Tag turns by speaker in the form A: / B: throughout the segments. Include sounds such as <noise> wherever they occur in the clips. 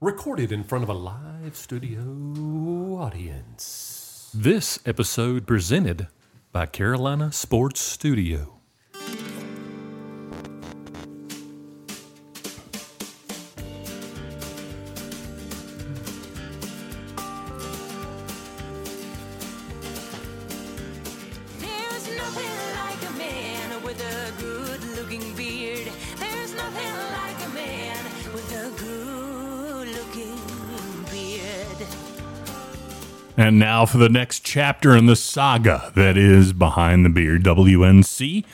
A: recorded in front of a live studio audience.
B: This episode presented by Carolina Sports Studio.
C: There's nothing like a man with a good looking beard. There's nothing like a man with a good looking beard.
D: And now for the next chapter in the saga that is Behind the Beard WNC.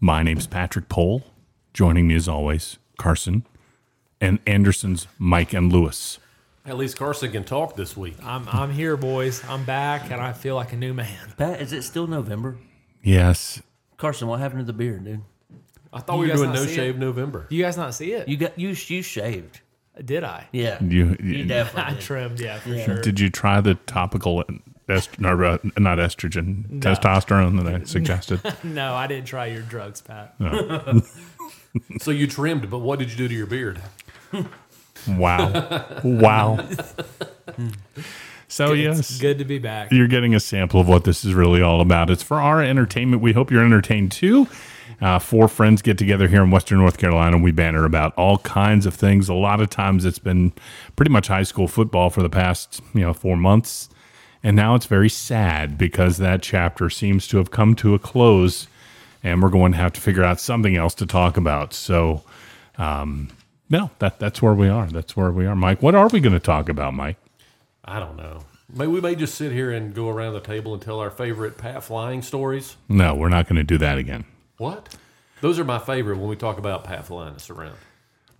D: My name's Patrick Pohl. Joining me as always, Carson and Anderson's Mike and Lewis.
A: At least Carson can talk this week.
E: I'm I'm here, boys. I'm back, and I feel like a new man.
F: Pat, is it still November?
D: Yes.
F: Carson, what happened to the beard, dude?
A: I thought
E: You
A: we were
E: guys
A: doing
E: not
A: No
E: see it?
A: Shave November.
E: Do you guys not see it?
F: You got you you shaved.
E: Did
A: <laughs>
E: I?
F: Yeah.
D: <laughs> You,
F: You
D: you-
E: I <laughs>
F: definitely did.
E: trimmed, yeah, for sure.
D: did you try the topical est- no, uh, not estrogen, testosterone that I suggested?
E: No, I didn't try your drugs, Pat.
A: Oh, So you trimmed, but what did you do to your beard?
D: wow. Wow. So yes.
E: It's good to be back.
D: you're getting a sample of what this is really all about. It's for our entertainment. We hope you're entertained too. Uh, four friends get together here in Western North Carolina. We banter about all kinds of things. A lot of times it's been pretty much high school football for the past you know four months, and now it's very sad because that chapter seems to have come to a close, and we're going to have to figure out something else to talk about. So, um, no, that that's where we are. That's where we are, Mike. What are we going to talk about, Mike?
A: I don't know. Maybe we may just sit here and go around the table and tell our favorite Pat flying stories.
D: No, we're not going to do that again.
A: What? Those are my favorite when we talk about Pat flying us around.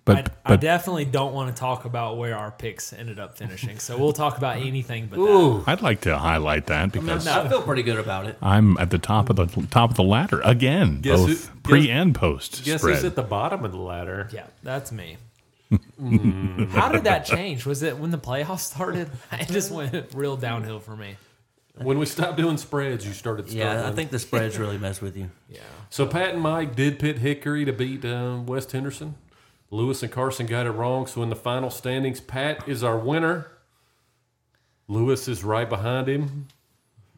D: But
E: I, I
D: but
E: definitely don't want to talk about where our picks ended up finishing, so we'll talk about anything but that.
A: Ooh,
D: I'd like to highlight that because
F: I feel pretty good about it.
D: I'm at the top of the top of the ladder again,
A: Guess who-
D: both pre
A: guess-
D: and post
A: guess
D: spread.
A: who's at the bottom of the ladder?
E: Yeah,
A: <laughs>
E: that's me. How did that change? Was it when the playoffs started? <laughs> It just went real downhill for me.
A: When we stopped doing spreads, you started.
F: Yeah, I
A: struggling.
F: think the spreads really mess with you.
E: Yeah.
A: So Pat and Mike did pit Hickory to beat uh, West Henderson. Lewis and Carson got it wrong. So in the final standings, Pat is our winner. Lewis is right behind him,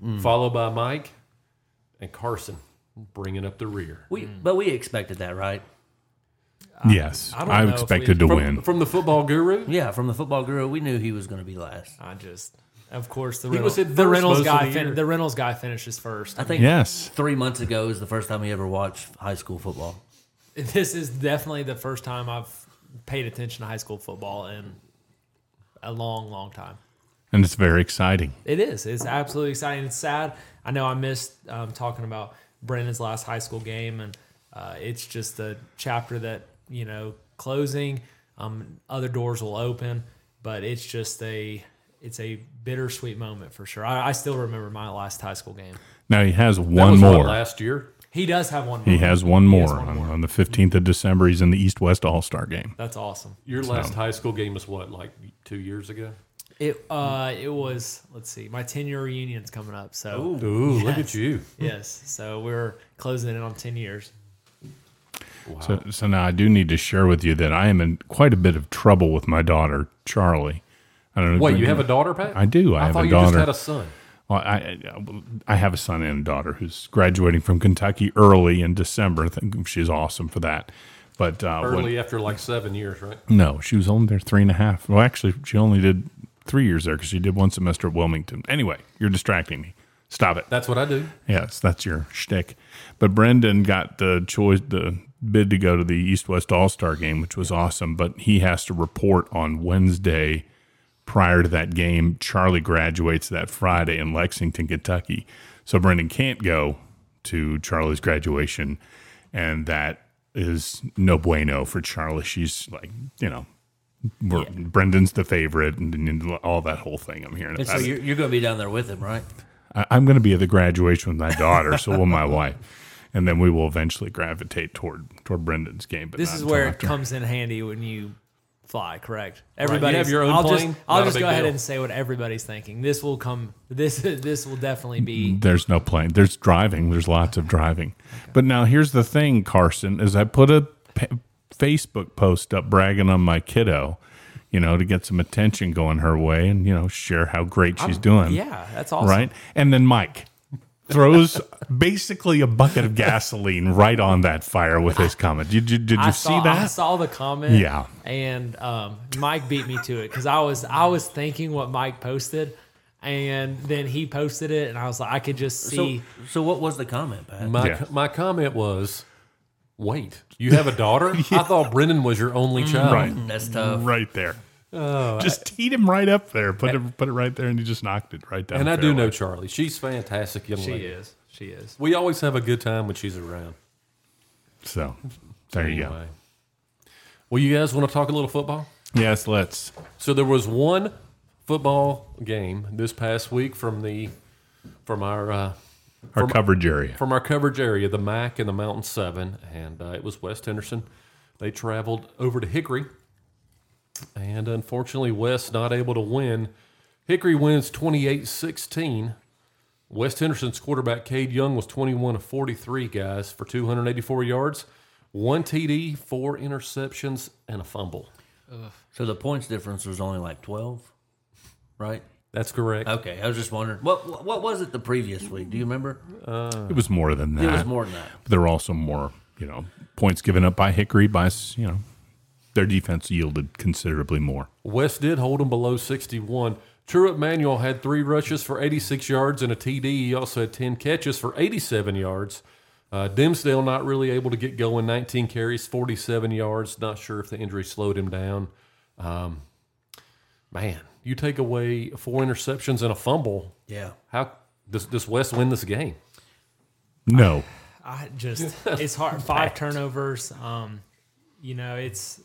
D: Hmm.
A: followed by Mike and Carson bringing up the rear.
F: We but we expected that, right?
D: yes,
E: I don't
D: I,
E: know if
D: expected to
E: we-
D: win.
A: From, from the football guru,
F: Yeah, from the football guru, we knew he was going to be last.
E: I just, of course, the
A: was
E: Reynolds,
A: at
E: the
A: first
E: Reynolds
A: most of
E: guy.
A: the year.
E: fin- the Reynolds guy finishes first.
F: I think
D: yes,
F: three months ago is the first time he ever watched high school football.
E: <laughs> this is definitely the first time I've paid attention to high school football in a long, long time.
D: and it's very exciting.
E: It is. It's absolutely exciting. It's sad. I know I missed um, talking about Brennan's last high school game, and uh, it's just a chapter that you know closing. Um, other doors will open, but it's just a it's a bittersweet moment for sure. I, I still remember my last high school game.
D: Now he has
A: That
D: one
A: was what,
D: more.
A: last year.
E: He does have one.
D: He
E: more.
D: has one
E: He
D: more,
E: has one
D: on,
E: more.
D: on the 15th of December. He's in the East West All Star game.
E: That's awesome.
A: Your last high school game was what, like two years ago?
E: It uh, it was. Let's see. My ten year reunion's coming up, so
A: Ooh, look at you.
E: Yes. So we're closing in on 10 years.
D: So, so now I do need to share with you that I am in quite a bit of trouble with my daughter Charlie. I don't know.
A: Wait, you have a daughter, Pat?
D: I do. I, have
A: thought
D: a
A: you
D: daughter.
A: just had a son.
D: Well, I I have a son and a daughter who's graduating from Kentucky early in December. I think she's awesome for that. But uh, what-
A: Early after like seven years, right?
D: no, she was only there three and a half. Well, actually, she only did three years there because she did one semester at Wilmington. Anyway, you're distracting me. Stop it.
A: That's what I do.
D: Yes, that's your shtick. But Brendan got the choice, the bid to go to the East West All Star game, which was awesome. But he has to report on Wednesday prior to that game. Charlie graduates that Friday in Lexington, Kentucky. So Brendan can't go to Charlie's graduation. And that is no bueno for Charlie. She's like, you know, we're, Brendan's the favorite and, and all that whole thing. I'm hearing
F: And so
D: about it.
F: you're, you're going to be down there with him, right?
D: I- I'm going to be at the graduation with my daughter, so will my <laughs> wife, and then we will eventually gravitate toward toward Brendan's game. But
E: This
D: not
E: is
D: until
E: where it
D: after.
E: comes in handy when you fly, correct? Everybody
A: have your own
E: I'll
A: plane,
E: just I'll
A: not a
E: just
A: big
E: go ahead
A: deal.
E: and say what everybody's thinking. This will come this <laughs> this will definitely be
D: There's no plane. There's driving. There's lots of driving. But now here's the thing, Carson. Is I put a pa- Facebook post up bragging on my kiddo, you know, to get some attention going her way and, you know, share how great she's doing.
A: Mm-hmm.
E: Yeah, that's awesome.
D: Right. And then Mike throws basically a bucket of gasoline right on that fire with his comment. Did you, did you
E: I
D: see
E: saw,
D: that?
E: I saw the comment.
D: Yeah.
E: And um, Mike beat me to it because I was I was thinking what Mike posted, and then he posted it, and I was like, I could just see.
F: So, so what was the comment, Pat?
A: My,
D: Yeah.
A: my comment was, wait,
D: <laughs>
A: you have a daughter? I thought Brennan was your only
E: Mm.
A: child.
D: Right.
F: That's tough.
D: Right there. just teed him right up there. Put it, put it right there, and he just knocked it right down.
A: And
D: the
A: I do
D: fairway.
A: know Charlie. She's fantastic young
E: she
A: lady.
E: is. She is.
A: We always have a good time when she's around.
D: So there you go.
A: Anyway. Well, you guys want to talk a little football?
D: Yes, let's.
A: So there was one football game this past week from the from our uh,
D: Our coverage area.
A: from our coverage area, the MAC and the Mountain Seven, and uh, it was West Henderson. They traveled over to Hickory, and unfortunately, West not able to win. Hickory wins 28-16. West Henderson's quarterback Cade Young was 21 of 43 guys for 284 yards, one TD, four interceptions, and a fumble.
F: So the points difference was only like twelve, right?
A: That's correct.
F: Okay, I was just wondering what what was it the previous week? Do you remember?
D: It was more than that.
F: It was more than that.
D: There were also more, you know, points given up by Hickory by, s- you know, their defense yielded considerably more.
A: West did hold him below 61. Truett Manuel had three rushes for 86 yards and a TD. He also had 10 catches for 87 yards. Uh, Dimsdale not really able to get going. 19 carries, 47 yards. Not sure if the injury slowed him down. Um, man, you take away four interceptions and a fumble.
F: Yeah.
A: How does, does West win this game?
D: No.
E: I just it's hard. Five turnovers. Um, you know, it's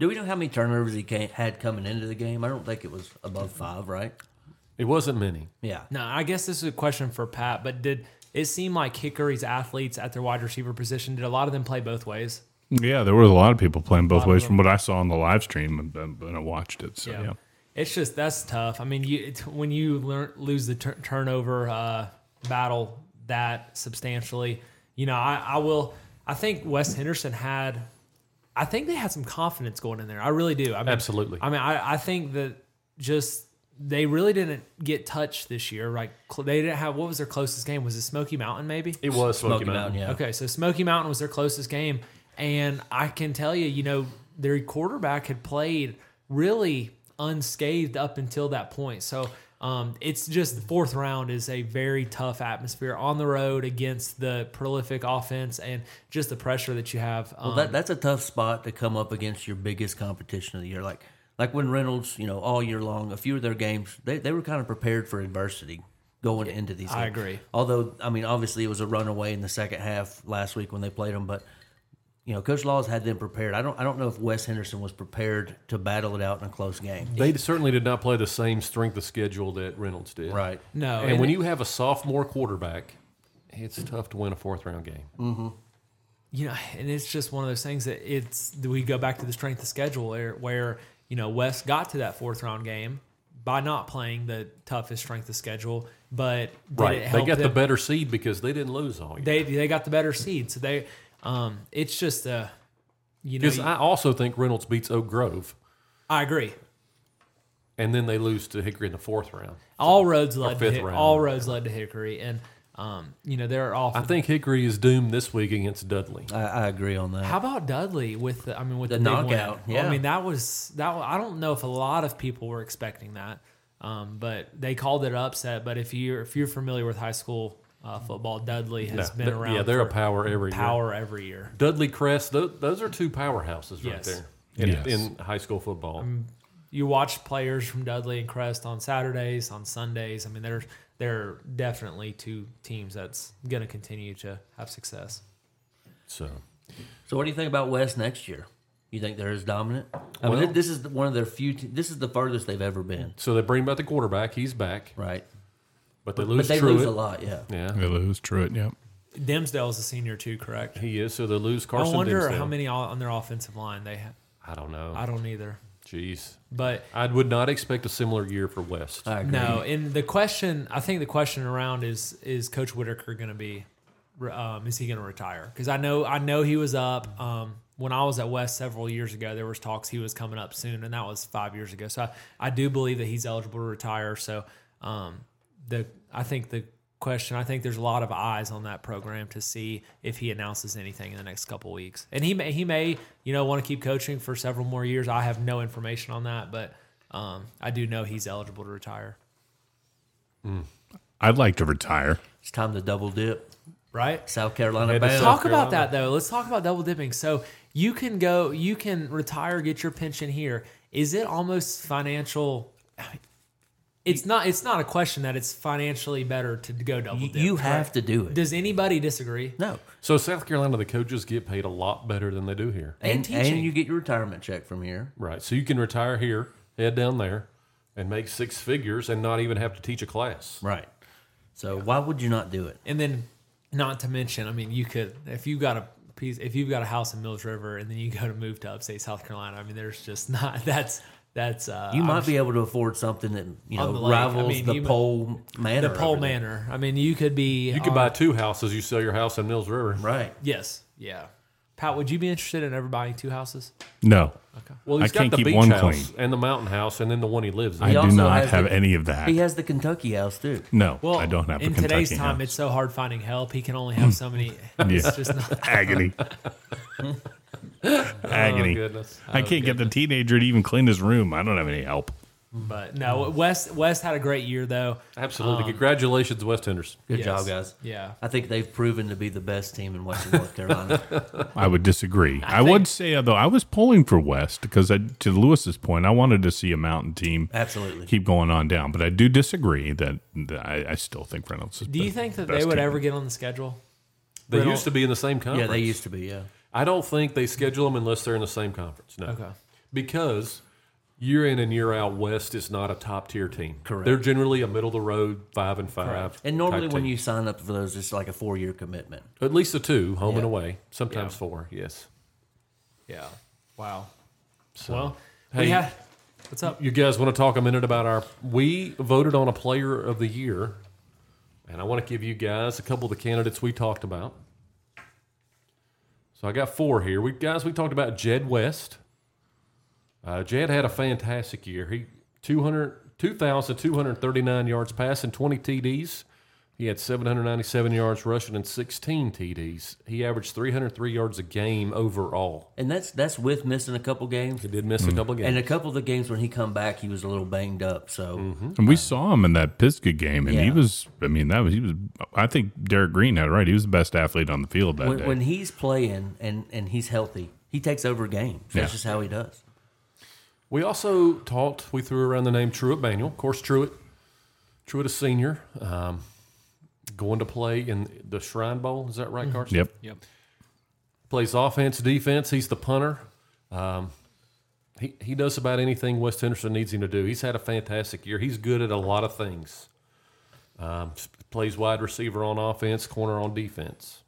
F: Do we know how many turnovers he came, had coming into the game? I don't think it was above five, right?
A: It wasn't many.
F: Yeah.
E: no. I guess this is a question for Pat. But did it seem like Hickory's athletes at their wide receiver position did a lot of them play both ways?
D: Yeah, there were a lot of people playing both ways from what I saw on the live stream and, and, and I watched it. So, yeah.
E: It's just that's tough. I mean, you it's, when you learn, lose the tur turnover uh, battle that substantially, you know, I, I will. I think Wes Henderson had, I think they had some confidence going in there. I really do. I mean,
A: Absolutely.
E: I mean, I, I think that just they really didn't get touched this year. Like cl- they didn't have what was their closest game? Was it Smoky Mountain? Maybe
A: It was Smoky,
F: Smoky Mountain, yeah.
E: Okay, so Smoky Mountain was their closest game, and I can tell you, you know, their quarterback had played really unscathed up until that point. So um, it's just the fourth round is a very tough atmosphere on the road against the prolific offense and just the pressure that you have. Um,
F: Well, that, that's a tough spot to come up against your biggest competition of the year. Like like when Reynolds, you know, all year long, a few of their games, they, they were kind of prepared for adversity going into these.
E: I
F: games.
E: agree.
F: Although, I mean, obviously it was a runaway in the second half last week when they played them, but you know, Coach Laws had them prepared. I don't I don't know if Wes Henderson was prepared to battle it out in a close game.
A: They certainly did not play the same strength of schedule that Reynolds did.
F: Right.
E: no,
A: And when you have a sophomore quarterback, it's tough to win a fourth round game.
E: you know, and it's just one of those things that it's we go back to the strength of schedule where, where you know West got to that fourth round game by not playing the toughest strength of schedule, but did
A: Right.
E: it
A: They
E: help
A: got the
E: them?
A: better seed because they didn't lose all year.
E: They they got the better seed, so they um it's just uh you know
A: Because I also think Reynolds beats Oak Grove,
E: I agree.
A: and then they lose to Hickory in the fourth round.
E: All roads led to
A: fifth
E: Hick-
A: round.
E: all roads led to Hickory, and um you know they're off.
A: I think Hickory is doomed this week against Dudley.
F: I, I agree on that.
E: How about Dudley with the, I mean with the,
F: The
E: big win?
F: knockout,
E: Well, I
F: yeah.
E: mean that was that wa- I don't know if a lot of people were expecting that, um, but they called it upset. But if you're if you're familiar with high school uh, football, Dudley has
A: Yeah,
E: been
A: they're-
E: around.
A: Yeah, they're a
E: for
A: power every year.
E: power every year.
A: Dudley Crest, tho- those are two powerhouses right
E: Yes. Um,
A: there in,
D: Yes.
A: in high school football.
E: You watch players from Dudley and Crest on Saturdays, on Sundays. I mean, they're they're definitely two teams that's going to continue to have success.
A: So
F: So, what do you think about West next year? You think they're as dominant? I mean, this is one of their few. Te- this is the furthest they've ever been,
A: so they bring back the quarterback. He's back,
F: right?
A: but they lose
F: but they
A: Truitt.
F: lose a lot, yeah.
A: Yeah,
D: They lose Truett. Yep.
E: Dimsdale is a senior too, correct?
A: he is. So they lose
E: I
A: Carson.
E: wonder
A: Dimsdale.
E: how many o- on their offensive line they have.
A: I don't know.
E: I don't either,
A: Jeez.
E: but
A: I would not expect a similar year for West.
F: I agree.
E: No, and the question I think the question around is is Coach Whitaker going to be re- um, is he going to retire? Because I know I know he was up um, when I was at West several years ago. There was talks he was coming up soon, and that was five years ago. So I, I do believe that he's eligible to retire. So um, the I think the question I think there's a lot of eyes on that program to see if he announces anything in the next couple weeks, and he may he may you know want to keep coaching for several more years. I have no information on that, but um, I do know he's eligible to retire.
D: I'd like to retire.
F: It's time to double dip.
E: Right?
F: South Carolina
A: Head to
F: bound.
A: South
E: talk about that though. Let's talk about double dipping. So you can go, you can retire, get your pension here. Is it almost financial? It's not. It's not a question that it's financially better to go double
F: You,
E: dip.
F: you have to do it.
E: Does anybody disagree?
F: no,
A: So South Carolina, the coaches get paid a lot better than they do here.
E: And
F: and
E: teaching.
F: and you get your retirement check from here.
A: Right. So you can retire here, head down there, and make six figures and not even have to teach a class.
F: Right. So why would you not do it?
E: And then, not to mention, I mean, you could if you've got a piece, if you've got a house in Mills River, and then you go to move to upstate South Carolina. I mean, there's just <laughs> not. That's that's. Uh,
F: You
E: I'm
F: might be able to afford something that you
E: On
F: know
E: the lake, I
F: rivals
E: mean, you
F: the
E: might-
F: pole manor.
E: the pole
F: over there.
E: manor. I mean, you could be.
A: You could
E: on-
A: buy two houses. You sell your house in Mills River.
F: Uh, Right.
E: Yes. Yeah. Pat, would you be interested in ever buying two houses?
D: No.
A: Well, he's
D: I
A: got
D: can't
A: the
D: keep
A: beach
D: one
A: house
D: clean.
A: and the mountain house, and then the one he lives in.
D: I do
F: also
D: not
F: has
D: have
F: the-
D: any of that.
F: He has the Kentucky house too.
D: no, I don't have
E: in
D: a Kentucky
E: today's time,
D: house.
E: it's so hard finding help. He can only have so
D: <laughs>
E: many. It's
D: Yeah.
E: just
D: <laughs>
E: not. <laughs>
D: agony.
E: Oh,
D: agony.
A: goodness.
D: I can't get the teenager to even clean his room. I don't have any help.
E: But no, West West had a great year though.
A: Absolutely.
F: Um,
A: Congratulations, West Henderson.
F: Good
E: Yes.
F: job, guys.
E: Yeah.
F: I think they've proven to be the best team in Western
E: <laughs>
F: North Carolina.
D: I would disagree. I, would say though I was pulling for West because I, to Lewis's point, I wanted to see a mountain team
F: Absolutely.
D: keep going on down. But I do disagree that, that I, I still think Reynolds. Is
E: Do you think that they would ever get on the schedule?
A: They
E: Riddle.
A: used to be in the same
F: yeah,
A: conference.
F: they used to be. Yeah.
A: I don't think they schedule them unless they're in the same conference. No.
E: Okay.
A: Because year in and year out, West is not a top tier team.
F: Correct.
A: They're generally a middle of the road, five and five.
F: And normally
A: type
F: when
A: team.
F: you sign up for those, it's like a four year commitment.
A: at least the two, home and
F: Yeah.
A: away, sometimes four. Yes.
E: Yeah. Wow. well,
A: Hey.
E: we had. What's up?
A: You guys want to talk a minute about our? We voted on a player of the year, and I want to give you guys a couple of the candidates we talked about. So I got four here. We guys we talked about Jed West. Uh, Jed had a fantastic year. He 200 2,239 yards passing, 20 TDs. He had 797 yards rushing and 16 TDs. He averaged 303 yards a game overall.
F: And that's that's with missing a couple games.
A: He did miss a couple games.
F: And a couple of the games when he come back, he was a little banged up. So
D: And we saw him in that Pisgah game, and he
F: Yeah.
D: was. I mean, that was he was. I think Derek Green had it right. He was the best athlete on the field that
F: when,
D: day.
F: when he's playing and, and he's healthy, he takes over a game. That's
D: Yeah.
F: just how he does.
A: We also talked, we threw around the name Truett Manuel. Of course, Truett. Truett, a senior, um, going to play in the Shrine Bowl. Is that right, Carson?
D: yep.
E: Yep.
A: Plays offense, defense. He's the punter. Um, he, he does about anything West Henderson needs him to do. He's had a fantastic year. He's good at a lot of things. Um, s- plays wide receiver on offense, corner on defense.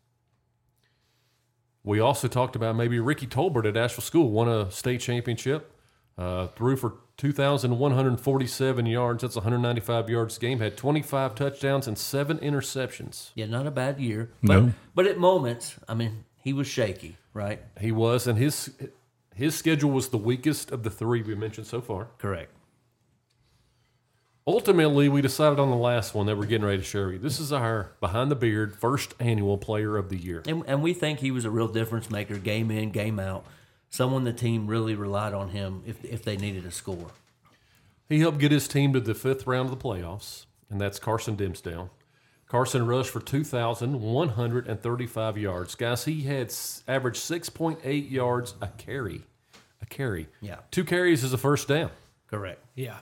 A: We also talked about maybe Ricky Tolbert at Asheville School won a state championship, uh, threw for 2,147 yards. That's 195 yards a game, had 25 touchdowns and seven interceptions.
F: Yeah, not a bad year. But,
D: No.
F: But at moments, I mean, he was shaky, right?
A: He was, and his his schedule was the weakest of the three we mentioned so far.
F: Correct.
A: Ultimately, we decided on the last one that we're getting ready to share with you. This is our behind the beard first annual player of the year.
F: And, and we think he was a real difference maker, game in, game out. Someone the team really relied on him if, if they needed a score.
A: He helped get his team to the fifth round of the playoffs, and that's Carson Dimsdale. Carson rushed for 2,135 yards. Guys, he had s- averaged 6.8 yards a carry. A carry.
F: Yeah.
A: Two carries is a first down.
F: Correct.
E: Yeah.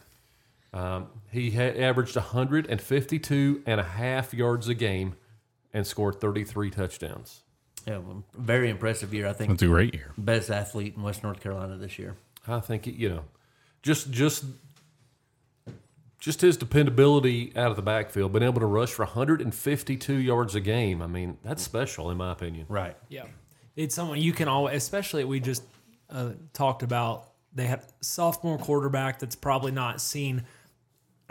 A: He had averaged 152 and a half yards a game and scored 33 touchdowns.
F: Yeah, well, very impressive year. I think
D: That's a great year.
F: best athlete in West North Carolina this year.
A: I think it, you know, just just just his dependability out of the backfield, being able to rush for 152 yards a game. I mean, that's special in my opinion.
F: Right.
E: Yeah. It's someone you can always, especially we just uh, talked about. They had sophomore quarterback that's probably not seen,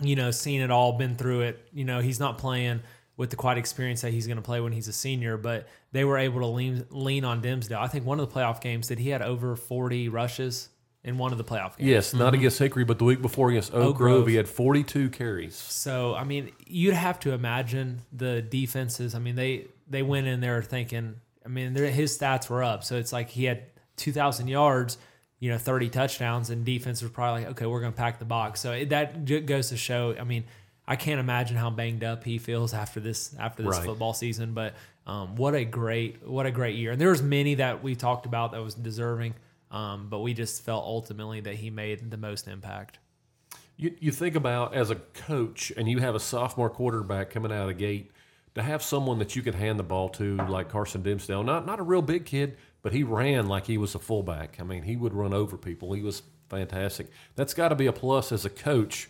E: you know, seen it all, been through it. You know, he's not playing with the quite experience that he's going to play when he's a senior, but they were able to lean lean on Dimsdale. I think one of the playoff games that he had over 40 rushes in one of the playoff games.
A: Yes, not against Hickory, but the week before against Oak,
E: Oak
A: Grove,
E: Grove.
A: he had 42 carries.
E: So I mean, you'd have to imagine the defenses. I mean, they they went in there thinking. I mean, their- his stats were up, so it's like he had two thousand yards, you know, thirty touchdowns, and defense was probably like, okay, we're going to pack the box. So it, that ju- goes to show. I mean, I can't imagine how banged up he feels after this after this
A: Right.
E: football season. But um, what a great what a great year! And there was many that we talked about that was deserving. Um, but we just felt ultimately that he made the most impact.
A: You, you think about as a coach and you have a sophomore quarterback coming out of the gate to have someone that you can hand the ball to like Carson Dimsdale, not not a real big kid, but he ran like he was a fullback. I mean, he would run over people. He was fantastic. That's got to be a plus as a coach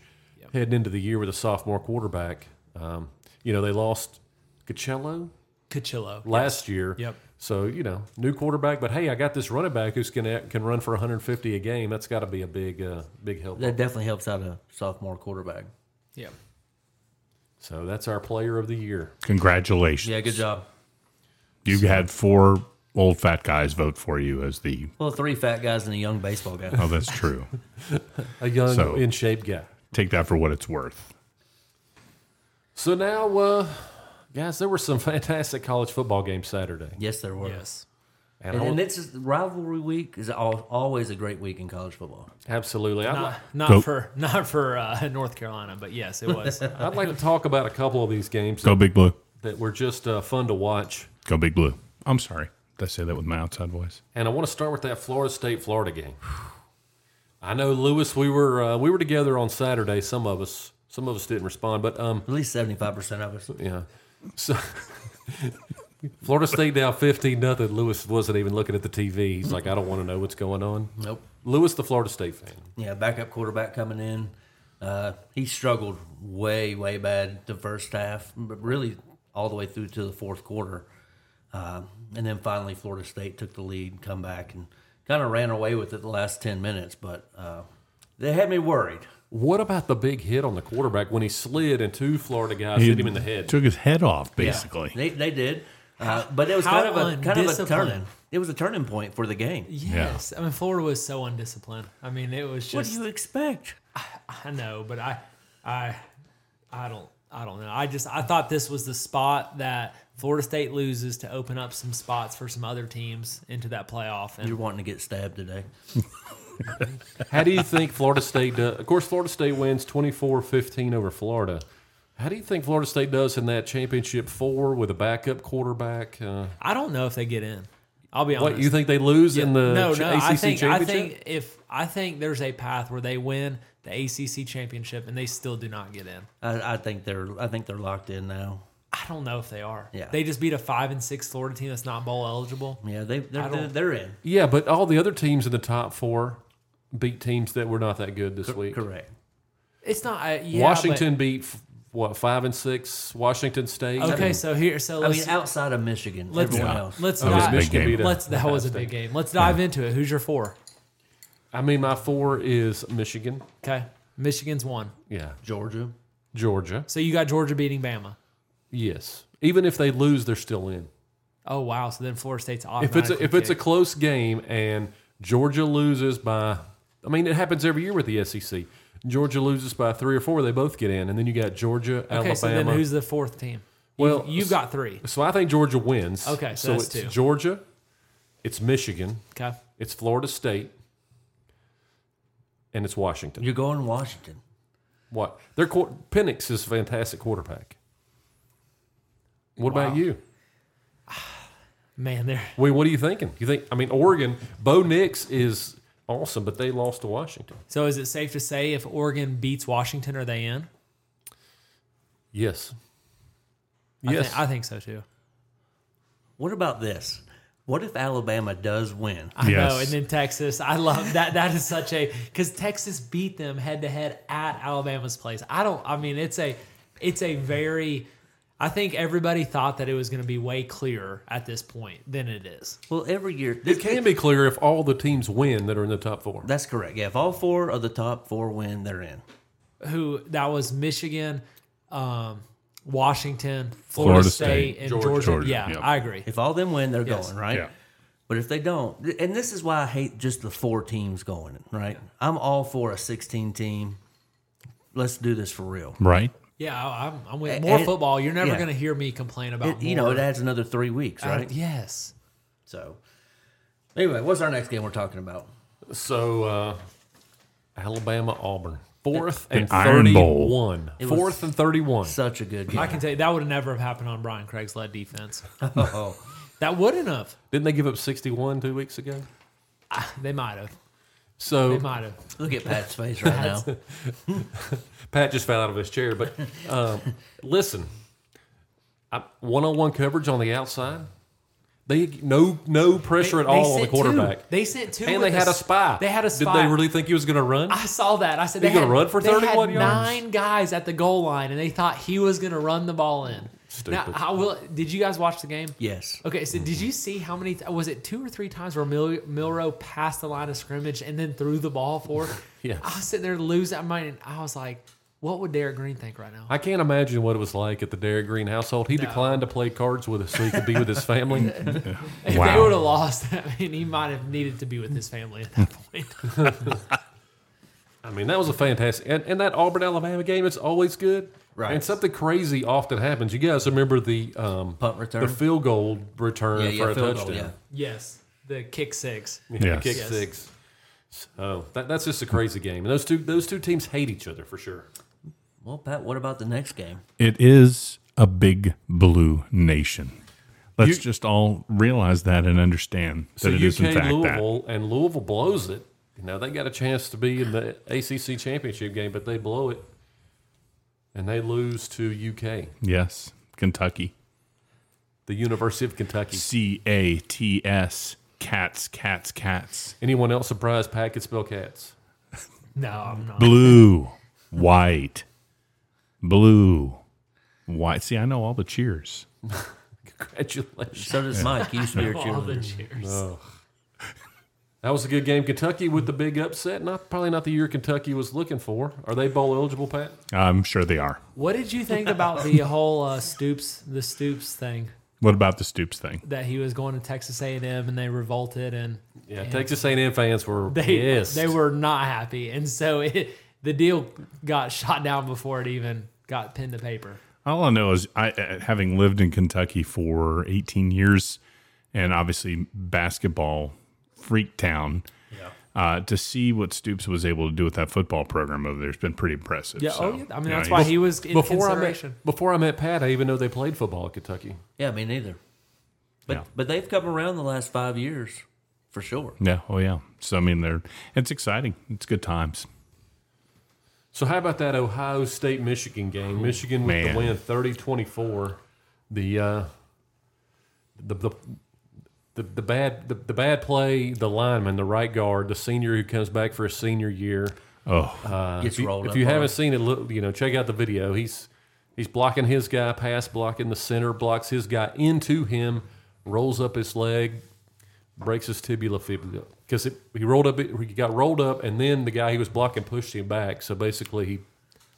A: heading into the year with a sophomore quarterback. Um, you know, they lost Cocello
E: Cachillo.
A: last year.
E: Yep.
A: So, you know, new quarterback, but hey, I got this running back who's can can run for 150 a game. That's got to be a big uh, big help.
F: That definitely helps out a sophomore quarterback.
E: Yeah.
A: So that's our player of the year.
D: Congratulations.
F: Yeah, good job.
D: You had four old fat guys vote for you as the.
F: Well, three fat guys and a young baseball guy.
D: Oh, that's <laughs> true.
A: A young,
D: So-
A: in shape guy.
D: Take that for what it's worth.
A: So now, uh, guys, there were some <laughs> fantastic college football games Saturday.
F: Yes, there were.
E: Yes.
A: And I
F: And, and
A: want-
F: this is rivalry week is al- always a great week in college football.
A: absolutely. I'd, li-
E: not, Uh, not
D: Go-
E: for <laughs> not for uh, North Carolina, but yes, it
F: <laughs>
E: was.
A: I'd like to talk about a couple of these games
D: Go Big Blue.
A: that were just uh, fun to watch.
D: Go Big Blue. I'm sorry. Did I say that with my outside voice?
A: And I want to start with that Florida State Florida game. <sighs> I know, Lewis, we were uh, we were together on Saturday. Some of us, some of us didn't respond, but um,
F: At least seventy five percent of us.
A: Yeah. So <laughs> Florida State down 15 nothing. Lewis wasn't even looking at the TV. He's like, I don't want to know what's going on.
F: Nope.
A: Lewis, the Florida State fan.
F: Yeah, backup quarterback coming in. Uh, he struggled way, way bad the first half, but really all the way through to the fourth quarter. Uh, and then finally, Florida State took the lead, come back, and kind of ran away with it the last 10 minutes. But uh, they had me worried.
A: What about the big hit on the quarterback when he slid and two Florida guys hit him in the head?
D: Took his head off, basically.
F: They, they did. Uh, but it was
E: How
F: kind of a kind of a
E: undisciplined.
F: turning. It was a turning point for the game.
E: yes, I mean Florida was so undisciplined. I mean it was
F: What do
E: just
F: you expect?
E: I know, but I I I don't I don't know. I just I thought this was the spot that Florida State loses to open up some spots for some other teams into that playoff.
F: You're
E: And
F: wanting to get stabbed today.
A: How do you think Florida State does? Of course, Florida State wins 24 15 over Florida. How do you think Florida State does in that championship four with a backup quarterback? Uh,
E: I don't know if they get in. I'll be honest.
A: what you think they lose in the
E: no,
A: ch-
E: no.
A: ACC
E: I think I
A: championship?
E: think if I think there's a path where they win the ACC championship and they still do not get in.
F: I, I think they're I think they're locked in now.
E: I don't know if they are.
F: Yeah.
E: They just beat a five and six Florida team that's not bowl eligible.
F: Yeah, they they're,
E: I don't-
F: they're in.
A: yeah, but all the other teams in the top four beat teams that were not that good this week.
F: Correct.
E: It's not. I yeah,
A: Washington beat f- what five and six. Washington State.
E: But, okay, so here, so
F: I
E: let's
F: mean, outside of Michigan,
E: let's
F: everyone else.
E: let's
D: was a
E: dive.
D: big
A: Michigan
D: game.
A: beat
E: Let's that was a
A: Ohio
E: big
A: State.
E: game. Let's dive into it. Who's your four?
A: I mean, my four is Michigan.
E: Okay, Michigan's one.
A: Yeah,
F: Georgia.
A: Georgia.
E: So you got Georgia beating Bama.
A: Yes. Even if they lose, they're still in.
E: Oh wow! So then Florida State's off.
A: If it's a, if it's a close game and Georgia loses by, I mean, it happens every year with the SEC. Georgia loses by three or four, they both get in, and then you got Georgia,
E: okay,
A: Alabama.
E: so then who's the fourth team?
A: Well,
E: you, have got three.
A: so I think Georgia wins.
E: Okay, so
A: it's
E: that's two.
A: Georgia, it's Michigan,
E: Okay,
A: it's Florida State, and it's Washington.
F: You're going Washington.
A: What their quar Penix is a fantastic quarterback. What about you?
E: man, there.
A: I mean, what are you thinking? You think I mean Oregon? Bo Nix is awesome, but they lost to Washington.
E: So is it safe to say if Oregon beats Washington, are they in?
A: Yes.
E: I
A: Yes.
E: think, I think so too.
F: What about this? What if Alabama does win?
E: I
D: Yes.
E: know. And then Texas, I love that. That is such a because Texas beat them head to head at Alabama's place. I don't. I mean, it's a, it's a very. I think everybody thought that it was going to be way clearer at this point than it is.
F: Well, every year this,
A: it can be clear if all the teams win that are in the top four.
F: That's correct. Yeah, if all four of the top four win, they're in.
E: Who that was Michigan, um, Washington, Florida,
D: Florida
E: State,
D: State,
E: and
A: Georgia.
E: Georgia.
D: Georgia,
E: Yeah,
D: yep.
E: I agree.
F: If all them win, they're
E: Yes.
F: going, right?
D: Yeah.
F: But if they don't, and this is why I hate just the four teams going, right? I'm all for a 16 team. Let's do this for real.
D: Right.
E: Yeah, I- I'm, I'm with
F: And-
E: more football. You're never
F: yeah.
E: going to hear me complain about
F: It, you know,
E: more.
F: it adds another three weeks,
E: Uh,
F: right?
E: yes.
F: So, anyway, what's our next game we're talking about?
A: So uh, Alabama Auburn. Fourth
D: The
A: and
D: Iron Bowl.
A: 31.
F: It was-
A: Fourth and 31.
F: Such a good game.
E: I can tell you that would have never have happened on Brian Craig's led defense.
F: <laughs> oh,
E: That wouldn't have.
A: Didn't they give up 61 two weeks ago?
E: They might have. They
A: So
E: might have.
F: look at
E: <laughs>
F: Pat's face right now.
A: Pat just fell out of his chair. But um, listen, one on one coverage on the outside. They no no pressure at
E: They- they
A: all on the
E: sent
A: quarterback.
E: Two. They sent two.
A: and they
E: with
A: had a
E: s-
A: spy.
E: They had a spy.
A: Did they really think he was going to run?
E: I saw that. I said
A: He
E: they
A: gonna
E: had,
A: run for
E: they had
A: 31 yards?
E: nine guys at the goal line, and they thought he was going to run the ball in. Now,
A: Stupid. Mm-hmm.
E: I will. Did you guys watch the game?
F: Yes.
E: Okay, so did you see how many? Was it two or three times where Mil- Milrow passed the line of scrimmage and then threw the ball for?
A: <laughs> Yes.
E: I was sitting there losing my mind. And I was like, "What would Derek Green think right now?"
A: I can't imagine what it was like at the Derek Green household. He declined to play cards with us so he could be with his family.
E: If they
D: Wow.
E: would have lost, <laughs> I mean, he might have needed to be with his
A: <laughs>
E: family at that point.
A: I mean, that was a fantastic. And, and that Auburn Alabama game, it's always good.
F: Right.
A: And something crazy often happens. You guys remember the um,
F: Punt return?
A: the field goal return
F: Yeah,
A: for
F: yeah,
A: a
F: field
A: touchdown,
F: goal, yeah.
E: yes, the kick six.
D: Yes.
A: kick
E: Yes.
A: six. So that, that's just a crazy game. And those two those two teams hate each other for sure.
F: Well, Pat, what about the next game?
D: It is a big blue nation. Let's just all realize that and understand that
A: So
D: it
A: UK
D: is in fact that.
A: Louisville and Louisville blows it. You know they got a chance to be in the ACC championship game, but they blow it, and they lose to UK,
D: Yes, Kentucky.
A: the University of Kentucky.
D: C A T S. Cats, cats, cats.
A: Anyone else surprised? Pat could spell cats.
E: No, I'm not.
D: Blue, white, blue, white. See, I know all the cheers.
A: <laughs> Congratulations.
F: So does Mike. He
E: <laughs>
F: used to be your
E: All the
F: cheerleader.
E: cheers.
A: That was a good game. Kentucky with the big upset. Not probably not the year Kentucky was looking for. Are they bowl eligible, Pat?
D: I'm sure they are.
E: What did you think about the whole uh, Stoops, the Stoops thing
D: What about the Stoops thing?
E: that he was going to Texas A&M and they revolted and
A: Yeah, Texas A&M fans were
E: they
A: pissed.
E: they were not happy, and so <laughs> it, the deal got shot down before it even got pinned to paper.
D: All I know is, I uh, having lived in Kentucky for 18 years, and obviously basketball freak town. Uh, to see what Stoops was able to do with that football program over there has been pretty impressive.
E: Yeah,
D: So,
E: oh yeah. I mean
D: you know,
E: that's
D: he-
E: why he was in
A: before I met
E: consideration.
A: before I met Pat. I even know they played football at Kentucky.
F: Yeah, me neither. But
D: Yeah.
F: but they've come around the last five years for sure.
D: Yeah, oh yeah. So I mean, they're it's exciting. It's good times.
A: So how about that Ohio State Michigan game? Michigan with
D: Man.
A: the win 30-24. The uh the the the, the bad the, the bad play, the lineman, the right guard, the senior who comes back for his senior year.
D: Oh,
F: Gets
A: If you,
F: rolled
A: if
F: up
A: you
F: on.
A: haven't seen it, look, you know, check out the video. He's he's blocking his guy, pass blocking the center, blocks his guy into him, rolls up his leg, breaks his tibula fibula because he rolled up, he got rolled up, and then the guy he was blocking pushed him back. So basically, he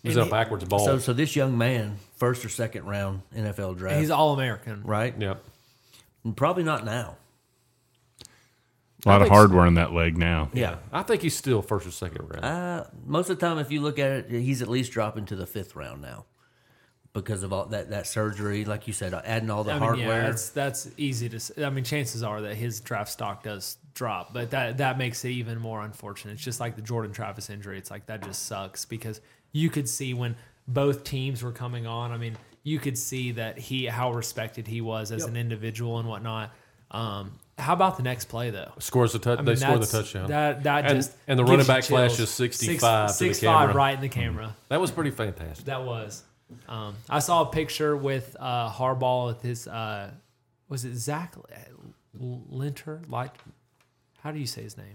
A: was in a
E: he-
A: backwards ball.
F: So so this young man, first or second round NFL draft,
E: He's all American.
F: right?
A: yeah,
F: And Probably not now.
D: a lot of
A: think so.
D: hardware in that leg now.
F: Yeah.
A: I think he's still first or second round.
F: Uh, most of the time, if you look at it, he's at least dropping to the fifth round now because of all that, that surgery, like you said, adding all the
E: I mean, yeah,
F: hardware.
E: that's that's easy to. s- I mean, chances are that his draft stock does drop, but that that makes it even more unfortunate. It's just like the Jordan Travis injury. It's like that just sucks because you could see when both teams were coming on. I mean, you could see that he how respected he was as an individual and whatnot. Um, how about the next play though?
A: Scores the touch.
E: I mean,
A: they score the
E: that's-
A: touchdown.
E: That that
A: and,
E: just
A: and the
E: gives
A: running
E: you
A: back
E: chills.
A: flashes sixty
E: Six-
A: five to the
E: six
A: camera.
E: five right in the camera.
A: That was pretty fantastic.
E: That was. Um, I saw a picture with uh, Harbaugh with his. Uh, was it Zach L- Linter? Like, how do you say his name?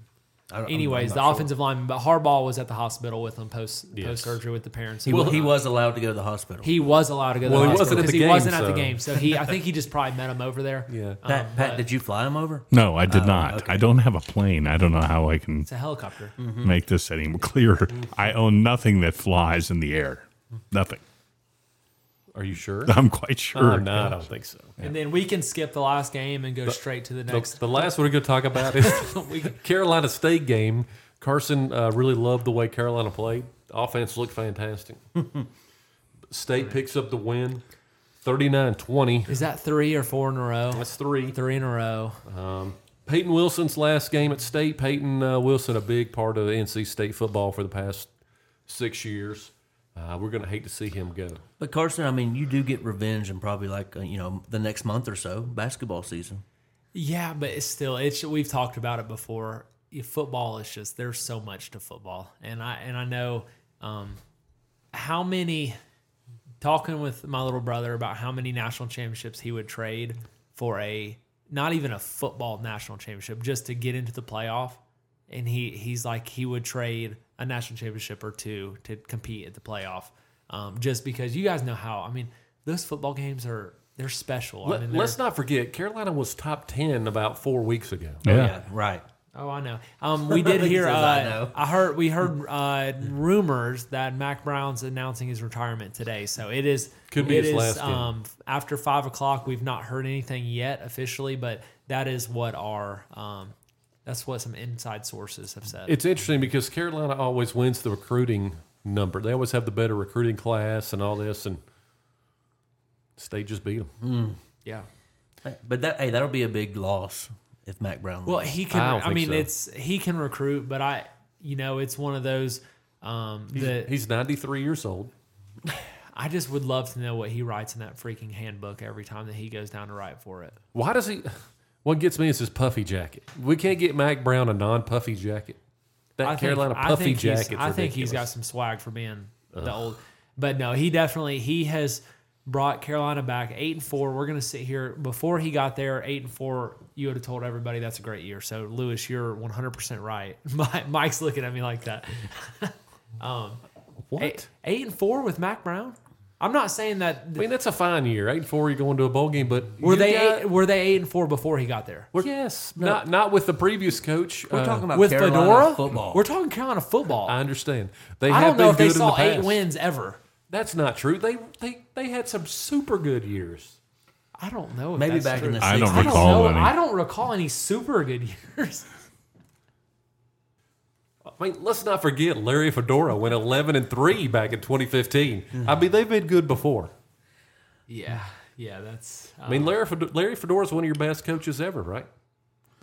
F: I don't- I'm-
E: Anyways, the
F: I'm not sure.
E: offensive lineman, but Harbaugh was at the hospital with him post
A: Yes.
E: post surgery with the parents.
F: He, wa- he was allowed to go to the hospital.
E: he was allowed to go. To
A: Well,
E: the
A: he
E: hospital
A: wasn't at
E: 'cause
A: the
E: he
A: game,
E: wasn't at the
A: so-
E: game, so he. I think he just probably met him over there.
A: <laughs> Yeah.
E: um,
F: Pat, Pat
E: but
F: did you fly him over?
D: No, I did
E: Oh,
D: not. I don't have a plane. I don't know how I can
E: it's a helicopter.
A: Mm.
D: make this any clearer. I own nothing that flies in the air. Nothing.
A: Are you
F: <laughs>
A: sure?
D: <laughs>
F: Oh,
D: I'm quite
E: Oh,
D: sure.
A: I'm not. I don't think so.
E: And then we can skip the last game and go straight to the
A: The,
E: next.
A: the last we're going to talk about is <laughs> the Carolina State game. Carson uh, really loved the way Carolina played. Offense looked fantastic. <laughs> State picks up the win 39 20.
E: Is that three or four in a row?
A: That's three.
E: Three in a row.
A: Peyton Wilson's last game at State. Peyton uh, Wilson, a big part of NC State football for the past six years. Uh, we're going to hate to see him go.
F: But Carson, I mean, you do get revenge in probably like uh, you know the next month or so basketball season.
E: Yeah, but it's still it's we've talked about it before. Yeah, Football is just there's so much to football, and I and I know um, how many talking with my little brother about how many national championships he would trade for a not even a football national championship just to get into the playoff and he he's like he would trade a national championship or two to compete at the playoff um, just because you guys know how I mean those football games are they're special I
A: Let,
E: mean, they're-
A: let's not forget, Carolina was top 10 about four weeks ago.
D: Yeah.
F: right.
E: Oh, I know. Um,
F: <laughs>
E: we did hear.
F: He
E: uh,
F: says,
E: I,
F: "I know."
E: heard. We
F: <laughs>
E: heard uh, rumors that Mac Brown's announcing his retirement today. So it is.
A: Could be
E: it
A: his
E: is,
A: last game.
E: Um, after five o'clock, we've not heard anything yet officially, but that is what our. Um, that's what some inside sources have said.
A: It's interesting because Carolina always wins the recruiting number. They always have the better recruiting class and all this, and State just beat them.
E: Mm-hmm. yeah.
F: But that hey, that'll be a big loss if Mac Brown.
E: Well,
F: leaves.
E: he can.
A: I don't
E: I,
A: think
E: mean,
A: so.
E: it's he can recruit, but I. You know, it's one of those. Um, that
A: He's 93 years old.
E: I just would love to know what he writes in that freaking handbook every time that he goes down to write for it.
A: Why does he? What gets me is his puffy jacket. We can't get Mac Brown a non-puffy jacket. That
E: I think-
A: Carolina
E: I
A: puffy
E: think he's-
A: jacket.
E: I think he's got some swag for being the old. But no, he definitely he has brought Carolina back eight and four. We're gonna sit here before he got there eight and four. You would have told everybody that's a great year. So Lewis, you're 100 percent right. <laughs> My, Mike's looking at me like that.
A: what?
E: Eight, eight and four with Mac Brown. I'm not saying that.
A: I mean, that's a fine year. Eight and four, you're going to a bowl game, but
E: Were
A: you
E: they
A: got-
E: eight, were they eight and four before he got there?
A: yes, not not with the previous coach.
F: we're
A: Uh,
F: talking about
E: With
F: Carolina
E: Fedora
F: football.
E: We're talking Carolina football.
A: I
E: I,
A: understand. Uh, They
E: don't
A: have
E: know
A: been
E: if they
A: good in
E: saw
A: the
E: eight
A: past.
E: wins ever.
A: That's not true. They they they had some super good years.
E: I don't know. If
F: Maybe
E: that's
F: back
E: true.
F: in the
D: I don't
F: 60s.
E: I don't
D: recall
E: know.
D: any.
E: I don't recall any super good years.
A: I mean, let's not forget Larry Fedora went 11 and three back in 2015. I mean, they've been good before.
E: <laughs> yeah, yeah, that's.
A: I mean, Larry Fedora, Larry Fedora's one of your best coaches ever, right?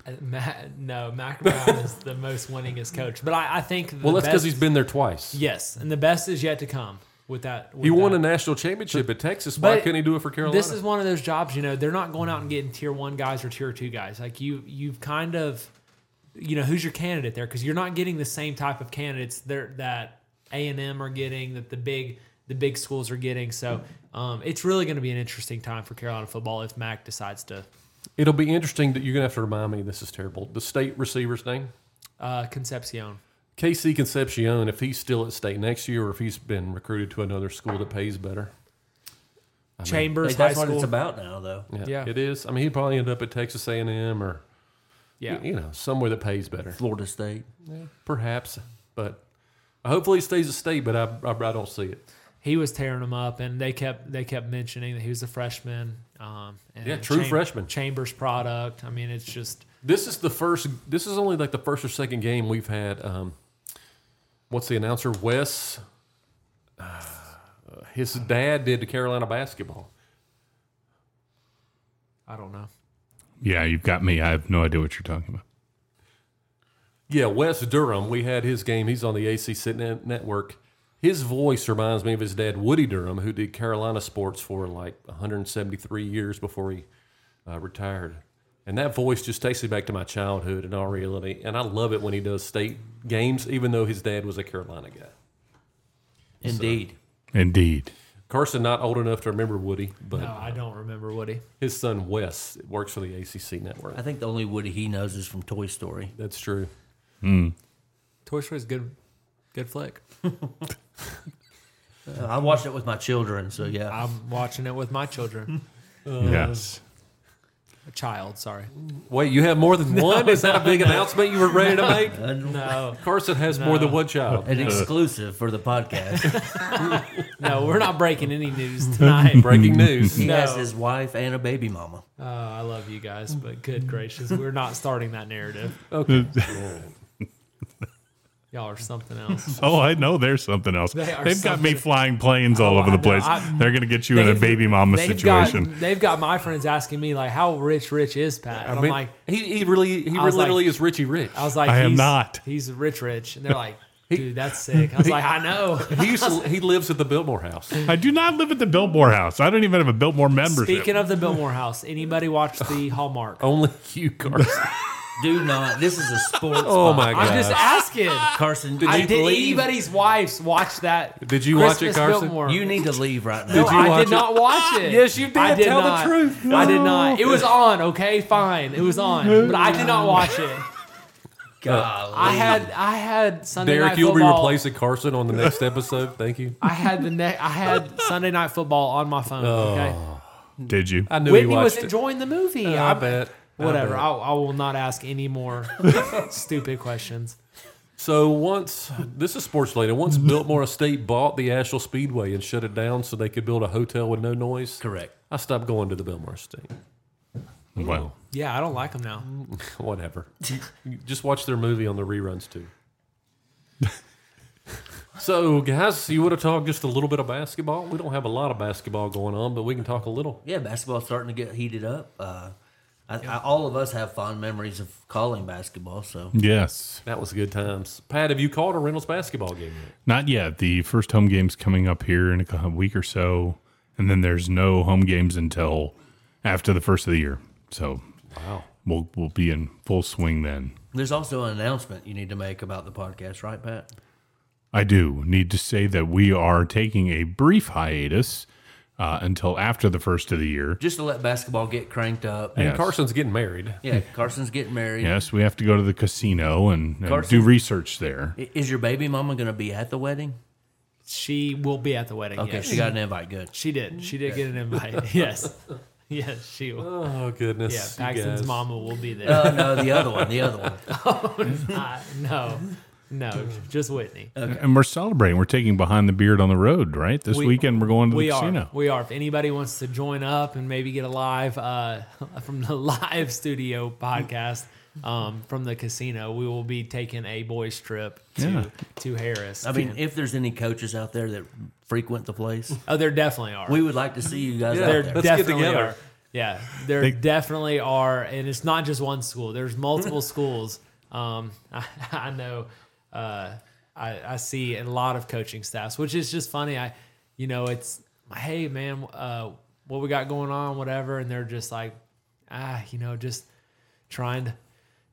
E: uh, Matt, no, Mac <laughs> Brown is the most winningest coach, but I, I think. The
A: Well, that's because
E: best-
A: he's been there twice.
E: Yes, and the best is yet to come. With that, with
A: He won
E: that.
A: a national championship at Texas. Why
E: But
A: couldn't he do it for Carolina?
E: This is one of those jobs, you know, they're not going out and getting tier one guys or tier two guys. Like you, you've kind of, you know, who's your candidate there? Because you're not getting the same type of candidates there that A and M are getting, that the big the big schools are getting. So um, it's really going to be an interesting time for Carolina football if Mac decides to
A: It'll be interesting that you're going to have to remind me. This is terrible. The state receiver's name,
E: uh, Concepcion.
A: KC Concepcion. If he's still at state next year, or if he's been recruited to another school that pays better.
E: Chambers
F: Hey,
E: High
F: that's what
E: School.
F: it's about now, though.
E: Yeah.
A: it is. I mean, he'd probably end up at Texas A&M or
E: Yeah.
A: you know somewhere that pays better,
F: Florida State.
A: perhaps. But hopefully, he stays at state. But I, I, I don't see it.
E: he was tearing them up, and they kept they kept mentioning that he was a freshman. Um, and
A: Yeah, true
E: Cham-
A: freshman.
E: Chambers product. I mean, it's just
A: This is the first. This is only like the first or second game we've had. Um, what's the announcer? Wes. Uh, his dad did to Carolina basketball.
E: I don't know.
D: Yeah, you've got me. I have no idea what you're talking about.
A: Yeah, Wes Durham. We had his game. He's on the ACC net- network. His voice reminds me of his dad, Woody Durham, who did Carolina sports for like 173 years before he uh, retired. And that voice just takes me back to my childhood and our reality. And I love it when he does state games, even though his dad was a Carolina guy.
F: Indeed.
D: Indeed.
A: Carson not old enough to remember Woody, but
E: No, I don't remember Woody.
A: his son Wes works for the ACC network.
F: I think the only Woody he knows is from Toy Story.
A: That's true.
E: Toy Story's good, good flick.
F: Uh, I watched it with my children, so
E: <laughs>
F: yeah.
E: Uh, I'm watching it with my children.
D: yes.
E: a child. Sorry.
A: Wait, you have more <laughs> than one? Is that a big announcement you were ready to <laughs> make?
E: <laughs> No,
A: Carson has more than one child.
F: An exclusive for
E: <laughs>
F: the podcast.
E: no, we're not breaking any news <laughs> tonight.
A: Breaking news.
F: He
E: No.
F: has his wife and a baby mama.
E: Oh, I love you guys, but good gracious, we're not starting that narrative. <laughs>
A: Okay.
E: Y'all are <laughs> something else.
D: Oh, I know there's something else. They
E: They are
D: have got me
E: something-
D: flying planes all
E: Oh,
D: over the
E: I know.
D: place.
E: I-
D: They're going to get you in a
E: They've-
D: baby mama
E: they've
D: situation.
E: Got, they've got my friends asking me like, "How rich, rich is Pat?" And
A: I
E: I'm
A: mean,
E: like,
A: he, he really, he
E: I was
A: literally
E: like-
A: is Richie Rich.
E: I was like,
D: I am
E: he's,
D: not.
E: He's rich, rich, and they're like, "Dude, that's sick." I was like, "I <laughs> know."
A: he, used to, he lives at the Biltmore house.
D: I do not live at the Biltmore house. I don't even have a Biltmore membership.
E: Speaking of the Biltmore House, anybody watch the Hallmark?
A: Only <laughs> you, Carson.
F: Do not. This is a sports.
A: Oh, my
E: I'm
A: God.
E: just asking.
F: Carson,
A: Did
E: I
A: you
E: did
A: leave?
E: anybody's wives watch that?
A: Did you watch it,
E: Christmas
A: Carson?
E: Biltmore?
F: you need to leave right now.
E: No,
A: Did you
E: I
A: watch
E: did
A: it?
E: not watch it.
A: Yes, you did.
E: I did
A: Tell the
E: not.
A: truth.
E: I did not. It was on. Okay, fine. It was on, but I did not watch it.
F: Golly.
E: I had I had Sunday
A: Derek,
E: night
A: you'll be
E: football.
A: replacing Carson on the next episode. Thank you.
E: I had the ne- I had Sunday night football on my phone. Okay,
D: Did you?
A: I knew
E: Whitney
A: he
E: was
A: Oh. watched it.
E: enjoying the movie.
A: Oh, I
E: I'm-
A: bet. I
E: Whatever.
A: bet.
E: I, I will not ask
A: <laughs>
E: any more stupid questions.
A: So once this is sports related. Once Biltmore Estate bought the Asheville Speedway and shut it down so they could build a hotel with no noise,
F: Correct.
A: I stopped going to the Biltmore Estate.
D: Well,
E: Yeah, I don't like them now. <laughs>
A: Whatever. You Just watch their movie on the reruns too. so guys, you would have talked just a little bit of basketball. We don't have a lot of basketball going on, but we can talk a little.
F: Yeah, basketball's starting to get heated up. Uh, I, I, all of us have fond memories of calling basketball. So
D: yes.
A: That was good times. Pat, have you called a Reynolds basketball game yet?
D: Not yet. The first home game's coming up here in a cou- week or so. And then there's no home games until after the first of the year. So
A: Wow.
D: we'll, we'll be in full swing then.
F: there's also an announcement you need to make about the podcast, right, Pat?
D: I do need to say that we are taking a brief hiatus uh, until after the first of the year.
F: Just to let basketball get cranked up.
A: And
D: Yes.
A: Carson's getting married.
F: Yeah, Carson's getting married.
D: Yes, we have to go to the casino and, and
F: Carson-
D: do research there.
F: I- Is your baby mama going to be at the wedding?
E: She will be at the wedding.
F: Okay,
E: yes.
F: she got an invite. Good.
E: She did. She did get an
F: <laughs>
E: invite. yes. Yes, she will.
A: Oh
E: Yeah,
A: goodness. you
E: Paxton's
A: guys.
E: mama will be there.
F: Uh, no, the other one. The other one.
E: <laughs> I- no,
F: <laughs>
E: no, just Whitney.
D: And we're celebrating. We're taking behind the beard on the road, right? This
E: We-
D: weekend we're going to the
E: We
D: casino.
E: are. We are. If anybody wants to join up and maybe get a live uh, <laughs> from the live studio podcast um, from the casino, we will be taking a boys trip to
D: Yeah.
E: to Harris.
F: I mean, if there's any coaches out there that frequent the place,
E: oh, there definitely are.
F: we would like to see you guys
A: Yeah.
F: out
E: there
F: there.
A: Let's get
E: definitely
A: together.
E: are. Yeah, there
D: They-
E: definitely are, and it's not just one school. There's multiple <laughs> schools. Um, <laughs> I, I know. Uh, I, I see a lot of coaching staffs, which is just funny. I, you know, it's hey man, uh, what we got going on, whatever, and they're just like, ah, you know, just trying to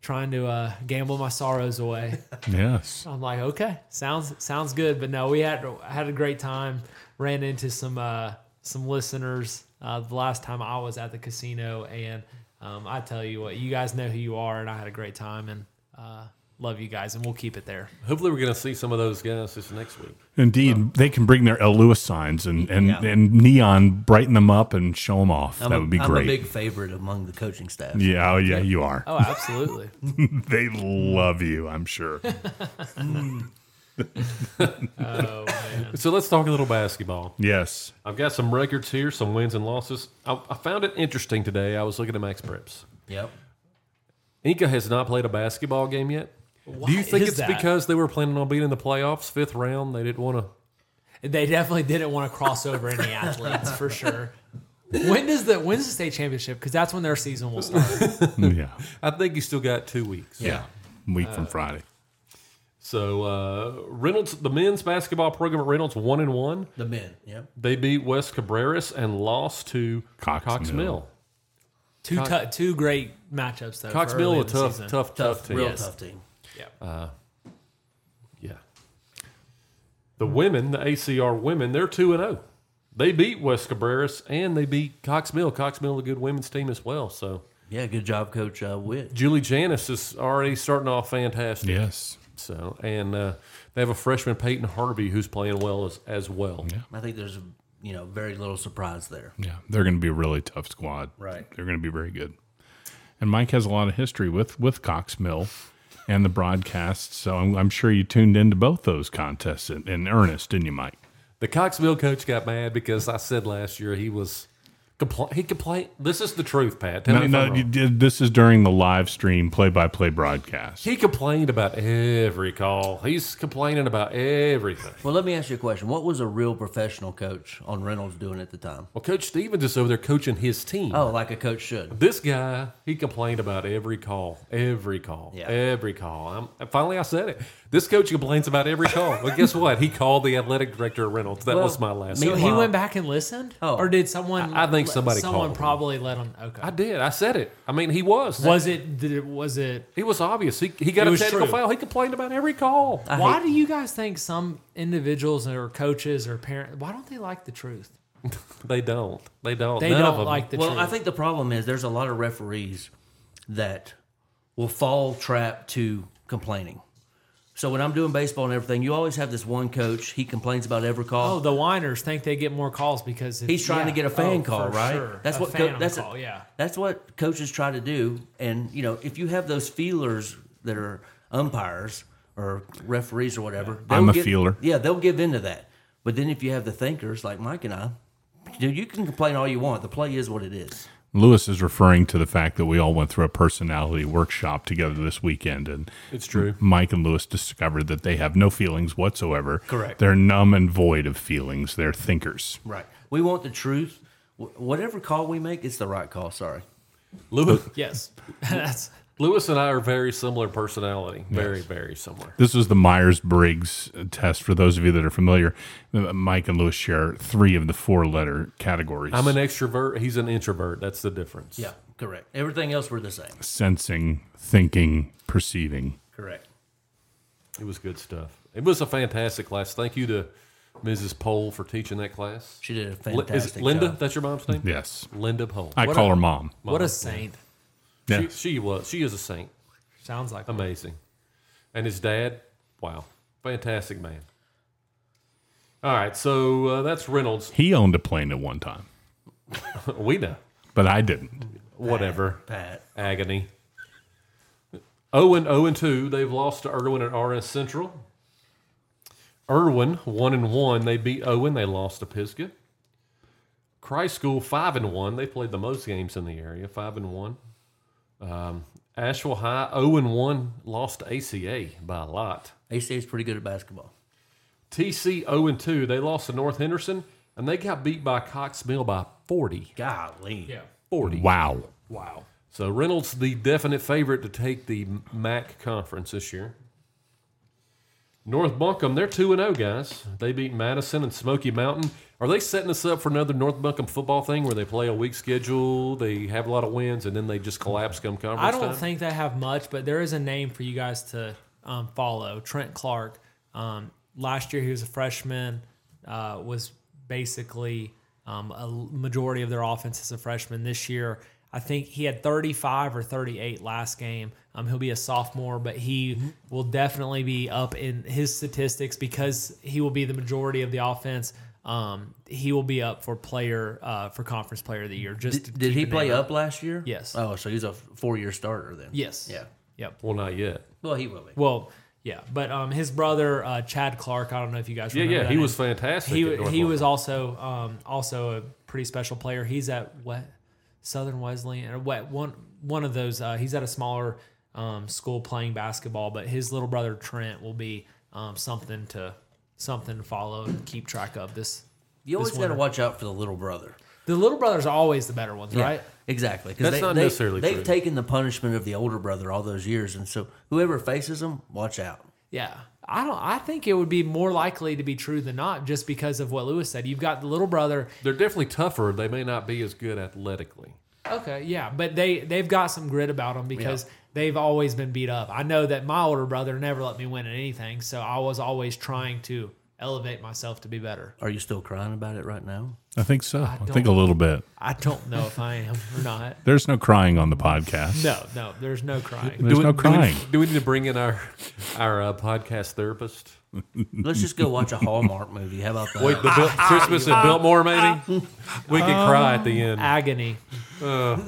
E: trying to uh, gamble my sorrows away.
D: Yes.
E: I'm like, okay, sounds sounds good. But no, we had had a great time. Ran into some uh, some listeners uh, the last time I was at the casino, and um, I tell you what, you guys know who you are, and I had a great time, and uh, love you guys, and we'll keep it there.
A: Hopefully, we're going to see some of those guys this next week.
D: Indeed. they can bring their L. Lewis signs and, and,
F: Yeah.
D: and neon, brighten them up and show them off.
F: I'm
D: that
F: a-
D: would be
F: I'm
D: great.
F: a big favorite among the coaching staff.
D: yeah, oh, yeah, you are.
E: <laughs> Oh, absolutely.
D: They love you, I'm
F: <laughs>
D: sure.
E: oh man,
A: So let's talk a little basketball.
D: yes.
A: I've got some records here, some wins and losses. I, I found it interesting today. I was looking at Max Preps.
F: Yep.
A: Inca has not played a basketball game yet. Do you
E: Why
A: think
E: is
A: it's
E: that?
A: because they were planning on being in the playoffs, fifth round? They didn't want to.
E: they definitely didn't want to cross over any athletes for sure. When does the when's the state championship? Because that's when their season will start.
D: Yeah.
A: I think you still got two weeks.
D: Yeah. Week
F: Uh.
D: from Friday.
A: So uh, Reynolds, the men's basketball program at Reynolds, one and one.
F: The men. Yep.
A: They beat West Cabreras and lost to
D: Cox
A: Cox,
D: Mill.
A: Mill.
E: Two tou- two great matchups though.
A: Cox
E: for
A: Mill,
E: early
A: a
E: in the
A: tough,
E: season.
A: tough, tough,
F: Tough.
A: team.
F: real
E: Yes.
F: tough team.
E: Yeah.
A: Yeah. The women, the ACR women, they're 2 and 0. They beat West Cabreras and they beat Cox Mill. Cox Mill, a good women's team as well. So
F: Yeah. Good job, Coach uh, Witt.
A: Julie Janis is already starting off fantastic.
D: Yes.
A: So, and uh, they have a freshman, Peyton Harvey, who's playing well as, as well.
F: I think there's you know very little surprise there.
D: Yeah. They're going to be a really tough squad.
F: Right.
D: They're going to be very good. and Mike has a lot of history with with Cox Mill and the broadcasts. So I'm, I'm sure you tuned into both those contests in, in earnest, didn't you, Mike?
A: The Coxville coach got mad because I said last year he was compli He complained. This is the truth, Pat. Tell
D: No,
A: me if I'm
D: no,
A: wrong.
D: you did, this is during the live stream play by play broadcast.
A: He complained about every call. He's complaining about everything.
F: Well, let me ask you a question. What was a real professional coach on Reynolds doing at the time?
A: Well, Coach Stevens is over there coaching his team.
F: Oh, like a coach should.
A: This guy, he complained about every call, every call,
F: Yeah.
A: every call. I'm, and finally, I said it. This coach complains about every call. But guess what? He called the athletic director at Reynolds. That
F: Well,
A: was my last.
F: me-
E: So
A: one.
E: he went back and listened,
F: Oh.
E: or did someone?
A: I- I think
E: let-
A: somebody called
E: Someone
A: him.
E: probably let him. Okay.
A: I did. I said it. I mean, he was.
E: was it? Did it? Was it?
A: he was obvious. He, he got
E: It
A: a
E: was
A: technical
E: true.
A: foul. He complained about every call.
F: I
E: why
F: hate-
E: do you guys think some individuals or coaches or parents? Why don't they like the truth?
A: They don't. They don't.
E: They
A: None of
E: don't
A: them.
E: like the
F: well,
E: truth.
F: I think the problem is there's a lot of referees that will fall trap to complaining. So when I'm doing baseball and everything, you always have this one coach. He complains about every call.
E: Oh, the whiners think they get more calls because if,
F: He's trying to
E: yeah.
F: get a
E: Oh,
F: fan call,
E: for
F: right?
E: sure.
F: That's
E: A
F: what
E: phantom
F: that's
E: call, yeah.
F: That's what coaches try to do, and you know, if you have those feelers that are umpires or referees or whatever,
D: I'm
F: they'll
D: a
F: get-
D: feeler.
F: Yeah, they'll give into that. But then if you have the thinkers like Mike and I, dude, you can complain all you want. The play is what it is.
D: Lewis is referring to the fact that we all went through a personality workshop together this weekend, and
A: It's true.
D: Mike and Lewis discovered that they have no feelings whatsoever.
F: Correct.
D: They're numb and void of feelings. They're thinkers.
F: Right. We want the truth. Wh- Whatever call we make, it's the right call. Sorry.
A: Lewis,
E: Yes, <laughs> that's
A: Lewis and I are very similar personality. Very, very similar.
D: This was the Myers Briggs test. For those of you that are familiar, Uh, Mike and Lewis share three of the four letter categories
A: I'm an extrovert. He's an introvert. That's the difference.
F: Yeah, correct. Everything else we're the same.
D: sensing, thinking, perceiving.
F: Correct.
A: It was good stuff. It was a fantastic class. Thank you to Mrs. Pohl for teaching that class.
F: She did a
A: Li- is it
F: fantastic
A: Linda?
F: job.
A: That's your mom's name?
D: Yes.
A: Linda Pohl.
D: I
E: What
D: call
E: a-
D: her mom.
E: what a saint.
D: Yeah.
A: She, she was. She is a saint.
E: Sounds like
A: Amazing. And his dad, wow, fantastic man. All right, so uh, that's Reynolds. <laughs>
D: he owned a plane at one time,
A: We know.
D: but I didn't.
A: Whatever.
F: Pat.
A: Agony. 0 and 0 and 2. They've lost to Irwin at RS Central. Irwin 1 and 1. They beat Owen. They lost to Pisgah. Christ School 5 and 1. They played the most games in the area 5 and 1. Um, Asheville High 0 and 1. Lost to ACA by a lot.
F: ACA is pretty good at basketball.
A: TC 0 and 2. They lost to North Henderson and they got beat by Cox Mill by 40.
F: Golly.
E: yeah.
A: 40.
D: Wow.
E: Wow.
A: So Reynolds, the definite favorite to take the MAC conference this year. North Buncombe, they're two and zero guys. They beat Madison and Smoky Mountain. Are they setting us up for another North Buncombe football thing where they play a week schedule, they have a lot of wins, and then they just collapse come conference
E: I don't
A: time?
E: think they have much, but there is a name for you guys to um, follow. Trent Clark. Um, last year, he was a freshman. Uh, was basically um, a l- majority of their offense as a freshman. This year, I think he had 35 or 38 last game. Um, he'll be a sophomore, but he
F: Mm-hmm.
E: will definitely be up in his statistics because he will be the majority of the offense. Um, he will be up for player uh, for conference player of the year. Just to
F: Did, did
E: keep
F: he
E: a
F: play
E: name
F: up last year?
E: Yes.
F: Oh, so he's a four-year starter then.
E: Yes.
F: Yeah.
E: Yep.
A: Well, not yet.
F: Well, he will be.
E: Well, yeah, but um, his brother uh, Chad Clark. I don't know if you guys.
A: Yeah,
E: remember
A: yeah,
E: that
A: he
E: name.
A: was fantastic.
E: He
A: at North
E: he
A: Buncombe.
E: was also um, also a pretty special player. He's at what Southern Wesleyan or what one one of those. Uh, he's at a smaller um, school playing basketball, but his little brother Trent will be um, something to something to follow and keep track of. This
F: You always got to
E: winter.
F: watch out for the little brother.
E: the little brothers are always the better ones, right?
F: Exactly. 'cause
A: That's not
F: they,
A: necessarily
F: They've
A: true.
F: taken the punishment of the older brother all those years, and so whoever faces him, watch out.
E: Yeah. I don't I think it would be more likely to be true than not just because of what Lewis said. You've got the little brother
A: They're definitely tougher. They may not be as good athletically.
E: Okay, yeah, but they they've got some grit about them because they've always been beat up. I know that my older brother never let me win at anything, so I was always trying to elevate myself to be better.
F: Are you still crying about it right now?
D: I think so. I,
E: don't-
D: think a little bit.
E: I don't know if I am or not.
D: There's no crying on the podcast.
E: No, no, there's no crying.
D: There's no crying.
A: Do we, do we need to bring in our our uh, podcast therapist?
F: Let's just go watch a Hallmark movie. How about that?
D: Uh,
A: Wait, the Bill- Christmas at Biltmore, maybe we can cry at the end.
E: Agony.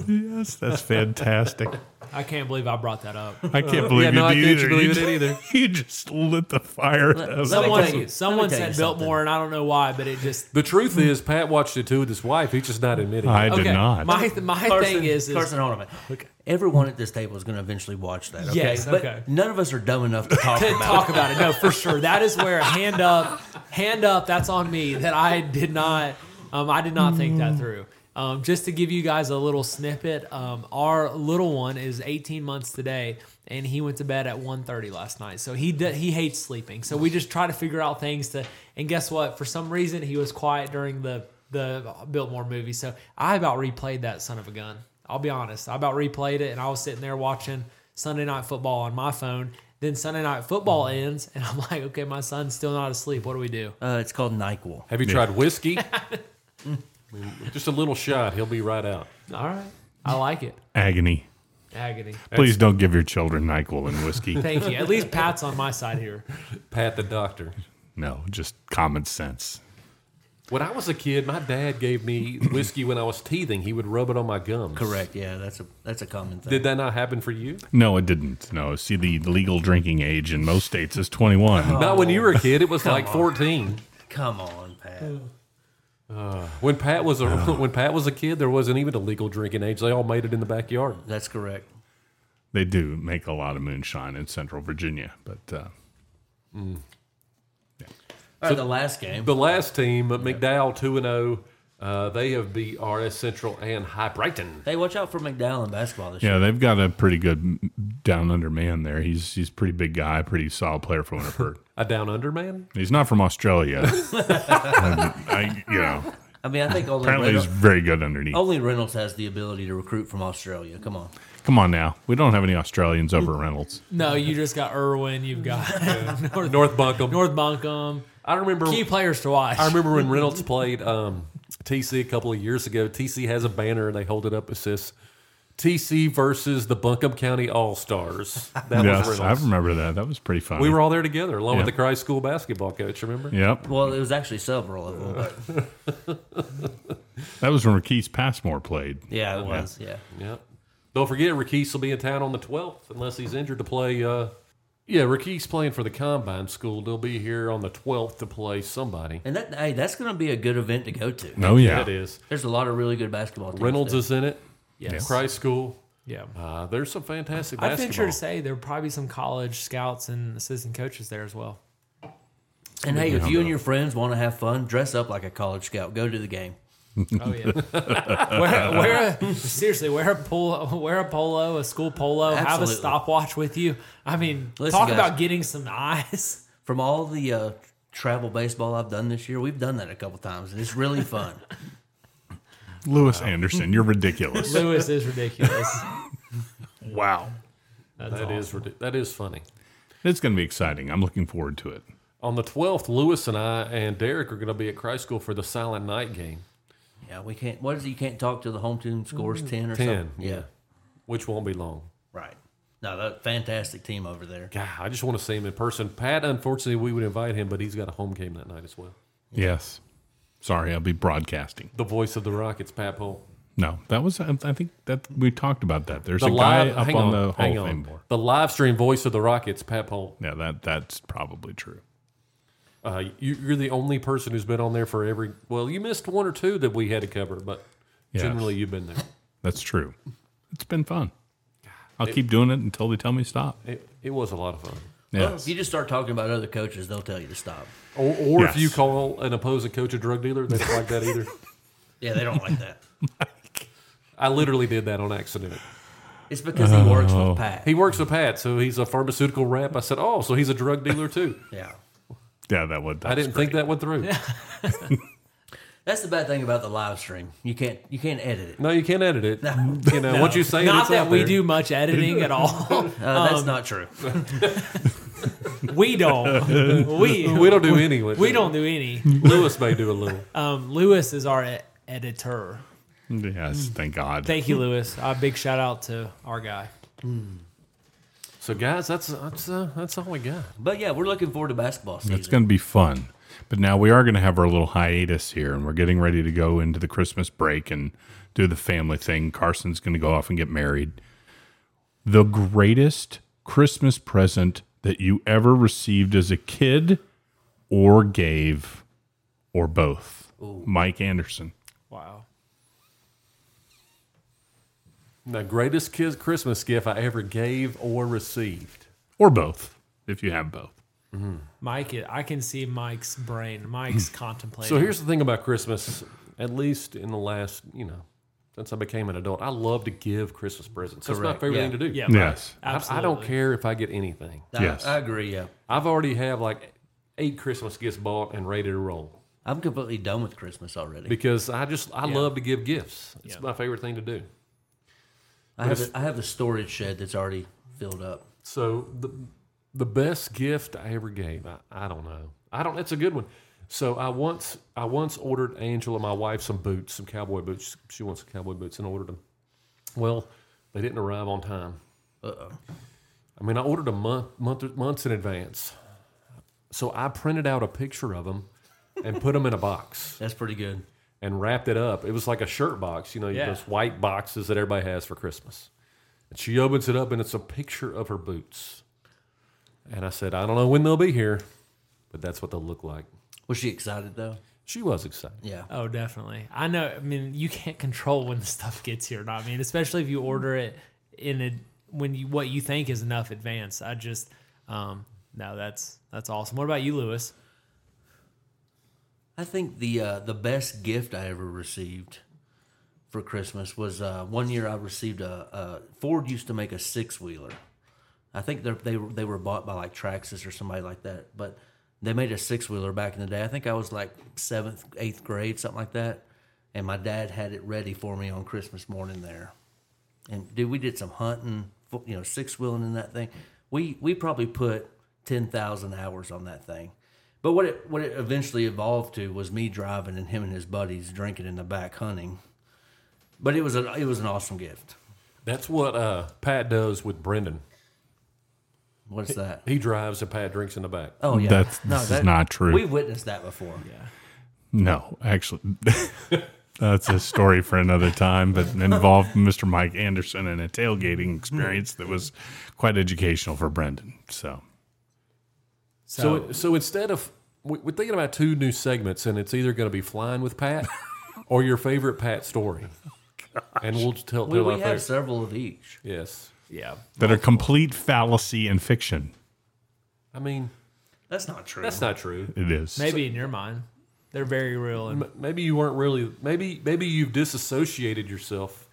D: Yes, that's fantastic.
E: I can't believe I brought that up.
D: I <laughs> can't believe
A: yeah, no, I
D: you did
A: can't
D: either.
A: believe
D: you,
A: it either.
D: <laughs> you just lit the fire. up.
F: let me tell
E: Someone,
F: you-
E: someone
F: let me tell
E: said
F: you
E: Biltmore, and I don't know why, but it just
A: The truth is, Pat watched it too with his wife. He's just not admitting.
D: I
A: it.
D: did
E: okay.
D: not.
E: My my thing is, is
F: Carson, hold on a minute. Everyone at this table is going to eventually watch that. Okay?
E: Yes,
F: But
E: okay.
F: none of us are dumb enough to talk about
E: talk
F: it.
E: about it. No, for sure. That is where hand up, hand up. That's on me. That I did not, um, I did not think that through. Um, just to give you guys a little snippet, um, our little one is 18 months today, and he went to bed at 1:30 last night. So he d- he hates sleeping. So we just try to figure out things to. And guess what? For some reason, he was quiet during the the Biltmore movie. So I about replayed that son of a gun. I'll be honest. I about replayed it, and I was sitting there watching Sunday night football on my phone. Then Sunday night football ends, and I'm <laughs> like, okay, my son's still not asleep. What do we do?
F: Uh, it's called NyQuil.
A: Have you tried whiskey? I mean, just a little shot, he'll be right out.
E: All right, I like it.
D: Agony.
E: Agony.
D: Please don't give your children NyQuil and
E: <laughs>
D: whiskey.
E: Thank you. At least Pat's on my side here.
A: Pat the doctor.
D: no, just common sense.
A: When I was a kid, my dad gave me whiskey when I was teething. He would rub it on my gums.
F: Correct. Yeah, that's a that's a common thing.
A: Did that not happen for you?
D: No, it didn't. No, see, the legal drinking age in most states is 21.
A: Not when you were a kid. It was like 14.
F: Come on, Pat.
A: When Pat was a when Pat was a kid, there wasn't even a legal drinking age. They all made it in the backyard.
F: That's correct.
D: They do make a lot of moonshine in Central Virginia, but uh,
F: All right, the last game.
A: The last team, but McDowell two and zero. Uh, they have beat RS Central and High Brighton.
F: hey, watch out for McDowell in basketball this year.
D: yeah, they've got a pretty good down under man there. He's he's a pretty big guy, pretty solid player for Winterford.
A: A down under
E: <laughs>
A: man.
D: he's not
A: <laughs>
D: from Australia. I, you know,
F: I mean, I think only
D: apparently he's
F: Reynolds,
D: very good underneath.
A: Oh.
F: only Reynolds has the ability to recruit from Australia. Come on.
D: Come on now, we don't have any Australians
A: Mm.
D: over at Reynolds.
E: No, you just got Irwin.
A: <laughs>
E: You've got North,
A: North Buncombe.
E: North Buncombe.
A: I remember.
E: Key players to watch.
A: I remember when Reynolds played um, TC a couple of years ago. TC has a banner and they hold it up. It says TC versus the Buncombe County All Stars. That was
D: Yes, I
A: Reynolds.
D: remember that. That was pretty fun.
A: We were all there together, along
D: Yeah.
A: with the Christ School basketball coach. Remember?
D: Yep,
F: Well, it was actually several of them. But
D: that was when Keith Passmore played.
F: yeah, it was. Yeah.
A: Yeah. Don't forget, Rakeese will be in town on the 12th, unless he's injured to play. Uh, yeah, Rakeese playing for the Combine School. They'll be here on the 12th to play somebody.
F: And that hey, that's going to be a good event to go to.
D: Oh yeah,
A: That is.
F: There's a lot of really good basketball teams.
A: Reynolds
F: there.
A: is in it.
E: Yes.
A: Christ School.
E: Yeah.
A: Uh, there's some fantastic
E: I
A: basketball.
E: venture to say there will probably be some college scouts and assistant coaches there as well.
F: And hey, if you and your friends want to have fun, dress up like a college scout. Go to the game.
E: Oh yeah. wear, wear a, seriously wear a polo, wear a polo, a school polo. Have a
F: Absolutely.
E: stopwatch with you. I mean,
F: Listen,
E: talk
F: guys.
E: about getting some
F: <laughs>
E: eyes.
F: From all the uh, travel baseball I've done this year, we've done that a couple times, and it's really fun.
D: <laughs> Lewis Anderson,
A: <laughs>
D: you're ridiculous.
E: Lewis is ridiculous.
D: wow,
E: That's
A: That
E: awesome.
A: is ridi- that is funny.
D: it's going to be exciting. I'm looking forward to it.
A: On the 12th, Lewis and I and Derek are going to be at Christ School for the Silent Night game,
F: Yeah, we can't. What is it? You can't talk till the home team
D: Mm-hmm.
F: scores ten or
A: 10,
F: something. Yeah,
A: which won't be long.
F: right. No, that fantastic team over there.
A: God, I just want to see him in person. Pat, unfortunately, we would invite him, but he's got a home game that night as well.
D: Yes. Sorry, I'll be broadcasting.
A: The voice of the Rockets, Pat Pohl.
D: No, that was. I I think that we talked about that. There's
A: the
D: a guy
A: live,
D: up
A: hang
D: on, the
A: hang
D: Hall of Fame
A: on.
D: board.
A: The live stream voice of the Rockets, Pat Pohl.
D: Yeah, that that's probably true.
A: Uh, you, you're the only person who's been on there for every. Well, you missed one or two that we had to cover, but
D: Yes.
A: generally you've been there.
D: That's true. It's been fun. I'll keep doing it until they tell me stop.
A: It, it was a lot of fun.
F: Well,
D: Yes.
F: if you just start talking about other coaches, they'll tell you to stop.
A: Or, or if
D: Yes.
A: you call an opposing coach a drug dealer, they don't like that <laughs> either.
F: Yeah, they don't like that.
A: I literally did that on accident.
F: It's because he works
D: Oh.
F: with Pat.
A: He works with Pat, so he's a pharmaceutical rep. I said, "Oh, so he's a drug dealer <laughs> too."
F: Yeah,
D: yeah, that would.
A: I didn't think that went through.
F: that's the bad thing about the live stream. You can't you can't edit it.
A: No, you can't edit it. You know, once you say it,
E: Not
A: it's
E: that
A: out
E: we
A: there.
E: do much editing
A: <laughs>
E: at all.
F: Uh,
D: Um,
F: that's not true.
E: we don't. We
A: <laughs> We don't do any. with
E: we
A: it.
E: don't do any.
A: Lewis may do a little.
E: Um, Lewis is our e- editor.
D: Yes,
A: Mm.
D: thank God.
E: Thank you, Lewis. A big shout out to our guy.
A: So, guys, that's that's uh, that's all we got.
F: But yeah, we're looking forward to basketball season.
D: it's going to be fun. But now we are going to have our little hiatus here, and we're getting ready to go into the Christmas break and do the family thing. Carson's going to go off and get married. The greatest Christmas present that you ever received as a kid or gave or both. Mike Anderson.
E: Wow.
A: The greatest kids Christmas gift I ever gave or received.
D: Or both, if you have both.
E: Mike, I can see Mike's brain. Mike's contemplating.
A: Hmm. So here's the thing about Christmas, at least in the last, you know, since I became an adult, I love to give Christmas presents. That's my
F: Correct.
A: favorite
F: Yeah.
A: thing to do.
E: yeah,
D: Yes.
A: I,
E: Mike,
A: I don't
E: absolutely.
A: care if I get anything.
F: I,
D: Yes.
F: I agree. Yeah,
A: I've already have like eight Christmas gifts bought and ready to roll
F: I'm completely done with Christmas already.
A: because I just I
E: Yeah.
A: love to give gifts. It's
E: Yeah.
A: my favorite thing to do.
F: I have a, I have a storage shed that's already filled up.
A: So the the best gift I ever gave, I, I don't know. I don't. That's a good one. So I once I once ordered Angela, my wife, some boots, some cowboy boots. She wants some cowboy boots, and ordered them. Well, they didn't arrive on time. Uh-oh. I mean, I ordered a month, month months in advance. So I printed out a picture of them and put them in a box
F: That's pretty good.
A: and wrapped it up. It was like a shirt box, you know,
E: Yeah.
A: those white boxes that everybody has for Christmas. And she opens it up, and it's a picture of her boots. And I said, I don't know when they'll be here, but that's what they'll look like.
F: Was she excited though?
A: She was excited.
F: Yeah.
E: Oh, definitely. I know. I mean, you can't control when the stuff gets here. or Not. I mean, especially if you order it in a when you what you think is enough advance. I just um no, that's that's awesome. What about you, Lewis?
F: I think the uh, the best gift I ever received for Christmas was uh, one year I received a, a Ford used to make a six wheeler. I think they're- they were- they were bought by like Traxxas or somebody like that, but they made a six wheeler back in the day. I think I was like seventh, eighth grade, something like that, and my dad had it ready for me on Christmas morning there. And dude, we did some hunting, fo- you know, six wheeling in that thing. We we probably put ten thousand hours on that thing. But what it what it eventually evolved to was me driving and him and his buddies drinking in the back hunting. But it was an it was an awesome gift.
A: That's what uh, Pat does with Brendan.
F: What's that?
A: He drives, and Pat drinks in the back.
F: Oh yeah,
D: That's- this is not true.
F: We witnessed that before. Yeah,
D: No, actually, <laughs> that's a story for another time, but involved Mr. Mike Anderson and a tailgating experience that was quite educational for Brendan. So,
A: So, so, instead of we- we're thinking about two new segments, and it's either going to be flying with
F: <laughs>
A: Pat or your favorite Pat story, and we'll tell,
F: Oh, we,
A: tell our
F: we had
A: favorite.
F: several of each.
A: Yes,
E: yeah,
D: that are complete fallacy and fiction.
A: I mean
F: That's not true.
A: that's not true.
D: It is.
E: maybe in your mind they're very real and
A: M- Maybe you weren't really. Maybe maybe you've disassociated yourself,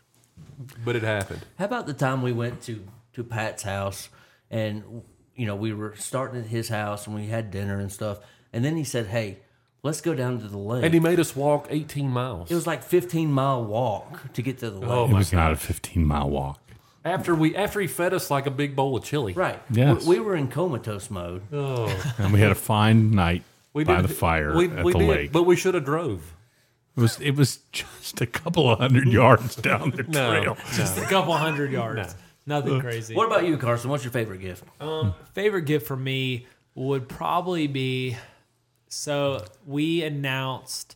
A: but it happened.
F: How about the time we went to to Pat's house and you know we were starting at his house and we had dinner and stuff, and then he said, "Hey, let's go down to the lake."
A: And he made us walk 18 miles
F: it was like 15 mile walk to get to the lake.
A: Oh,
D: it was not a 15 mile walk.
A: after we after he fed us like a big bowl of chili.
F: Right.
D: Yes.
F: We, we were in comatose mode.
D: And we had a fine night
A: We
D: by
A: did-
D: the fire
A: we-
D: at
A: we
D: the
A: did,
D: lake.
A: but we should have drove.
D: it, was, it was just a couple of hundred yards down the
A: No.
D: trail.
E: just a
A: <laughs>
E: couple hundred yards. Nothing crazy.
F: What about you, Carson? What's your favorite gift?
E: favorite gift for me would probably be so we announced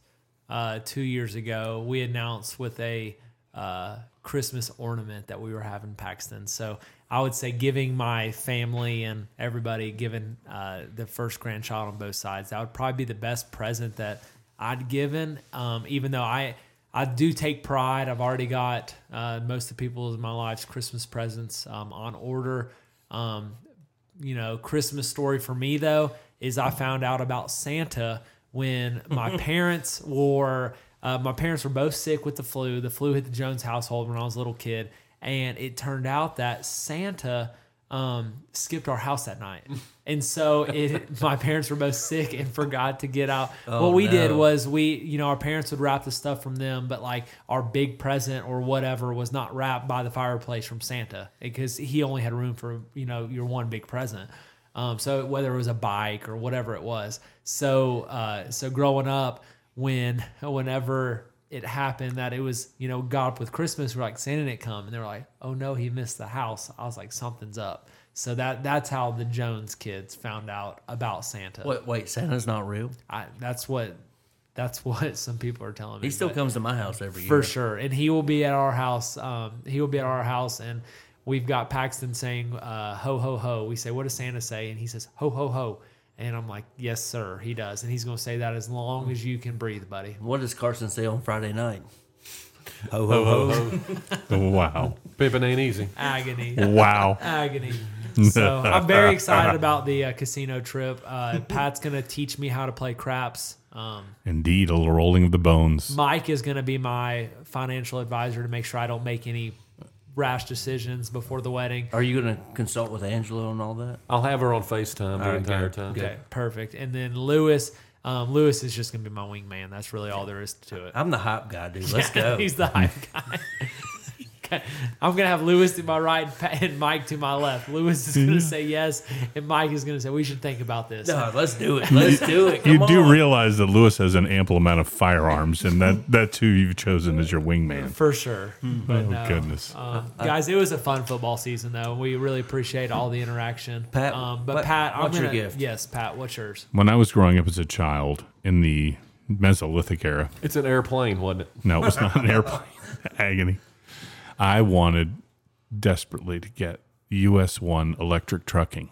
E: uh, two years ago we announced with a uh, christmas ornament that we were having paxton so i would say giving my family and everybody giving uh, the first grandchild on both sides that would probably be the best present that i'd given um, even though i I do take pride. I've already got uh, most of the people in my life's Christmas presents um, on order. Um, you know, Christmas story for me though is I found out about Santa when my parents were uh, my parents were both sick with the flu. The flu hit the Jones household when I was a little kid, and it turned out that Santa um, skipped our house that night, and so it my parents were both sick and forgot to get out. what we did
F: no.
E: was we you know our parents would wrap the stuff from them, but like our big present or whatever was not wrapped by the fireplace from Santa because he only had room for you know your one big present. Um, so whether it was a bike or whatever it was, so uh, so growing up when <laughs> whenever it happened that it was you know got up with Christmas, we're like Santa didn't come, and they were like, oh no, he missed the house. I was like something's up. So that that's how the Jones kids found out about Santa.
F: Wait, wait, Santa's not real.
E: I, that's what that's <laughs> what some people are telling me.
F: He still
E: but
F: comes to my house every year.
E: for sure, and he will be at our house. Um, he will be at our house, and we've got Paxton saying uh, "ho ho ho." We say, "What does Santa say?" And he says "ho ho ho," and I'm like, "Yes, sir." He does, and he's going to say that as long as you can breathe, buddy.
F: What does Carson say on Friday night? Ho ho ho!
D: Wow.
A: Pimping ain't easy.
E: Agony.
D: Wow.
E: agony. So I'm very excited about the uh, casino trip. Uh, Pat's gonna teach me how to play craps. Um,
D: Indeed, a little rolling of the bones.
E: Mike is gonna be my financial advisor to make sure I don't make any rash decisions before the wedding.
F: Are you going to consult with Angelo and all that?
A: I'll have her on FaceTime the
F: right,
A: entire
F: good,
A: time.
E: Okay, perfect. And then Lewis, um, Lewis is just gonna be my wingman. That's really all there is to it.
F: I'm the hype guy, dude. <laughs>
E: <laughs>
F: Let's go.
E: He's the hype guy. <laughs> Okay. I'm gonna have Lewis to my right and Pat- and Mike to my left. Lewis is gonna say yes, and Mike is gonna say we should think about this.
F: Hmm. no, let's do it. Let's do it.
D: You
F: Come
D: do
F: on.
D: realize that Lewis has an ample amount of firearms, and
F: <laughs>
D: that that's who you've chosen as your wingman. Oh,
E: For sure.
F: Hmm.
E: But no.
D: Goodness.
F: Uh,
E: Um, guys, it was a fun football season, though. We really appreciate all the interaction.
F: Pat,
E: um, but
F: what-
E: Pat, I'm
F: what's your
E: gonna-
F: gift?
E: Yes, Pat, what's yours?
D: When I was growing up as a child in the Mesolithic era,
A: It's an airplane, wasn't it?
D: no, it was not an <laughs> airplane. Agony. I wanted desperately to get US one electric trucking,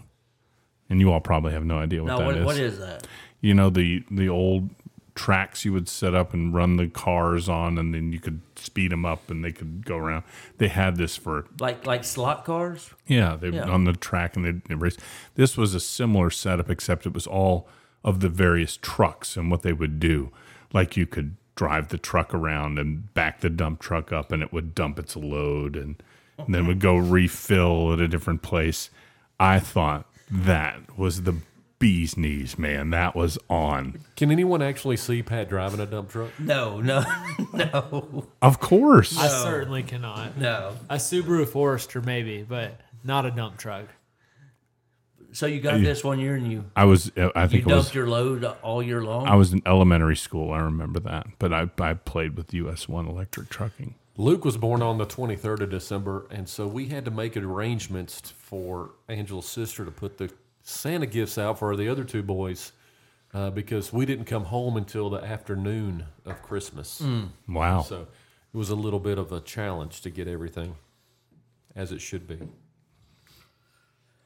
D: and you all probably have no idea what
F: No,
D: that
F: what, what is that?
D: you know the the old tracks you would set up and run the cars on and then you could speed them up and they could go around they had this for
F: Like like slot cars?
D: yeah they
F: Yeah.
D: on the track and they'd, they'd race this was a similar setup except it was all of the various trucks and what they would do like you could drive the truck around and back the dump truck up and it would dump its load and, and then would go refill at a different place i thought that was the bee's knees man that was on
A: Can anyone actually see Pat driving a dump truck?
F: No, no, <laughs> no,
D: Of course.
E: I certainly cannot.
F: no.
E: A Subaru Forester, maybe, but not a dump truck.
F: So you got this one year and you
D: I was, uh, I
F: you
D: think it
F: dumped
D: was,
F: your load all year long.
D: I was in elementary school. I remember that. But I, I played with US One Electric Trucking.
A: Luke was born on the 23rd of December, and so we had to make arrangements for Angela's sister to put the Santa gifts out for the other two boys uh, because we didn't come home until the afternoon of Christmas.
D: Wow.
A: So it was a little bit of a challenge to get everything as it should be.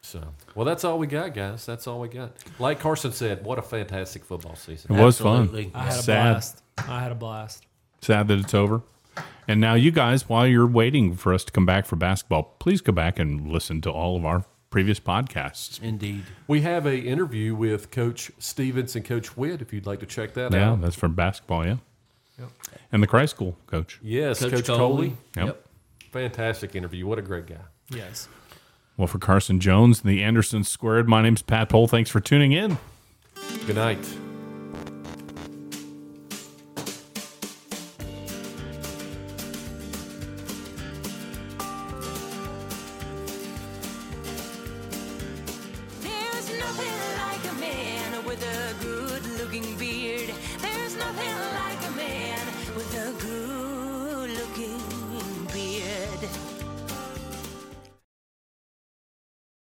A: So, well, that's all we got, guys. That's all we got. Like Carson said, what a fantastic football
D: it
A: season.
D: was fun.
F: Absolutely.
E: I had a
D: Sad.
E: blast. I had a blast.
D: Sad that it's over. And now, you guys, while you're waiting for us to come back for basketball, please go back and listen to all of our previous podcasts.
F: Indeed.
A: We have a interview with Coach Stevens and Coach Witt if you'd like to check that
D: Yeah,
A: out.
D: that's for basketball, yeah. And the Christ School coach.
A: Yes, Coach, Coley.
D: Yep.
A: Fantastic interview. What a great guy.
E: Yes.
D: Well, for Carson Jones and the Anderson Squared, my name's Pat Pohl. Thanks for tuning in.
A: Good night.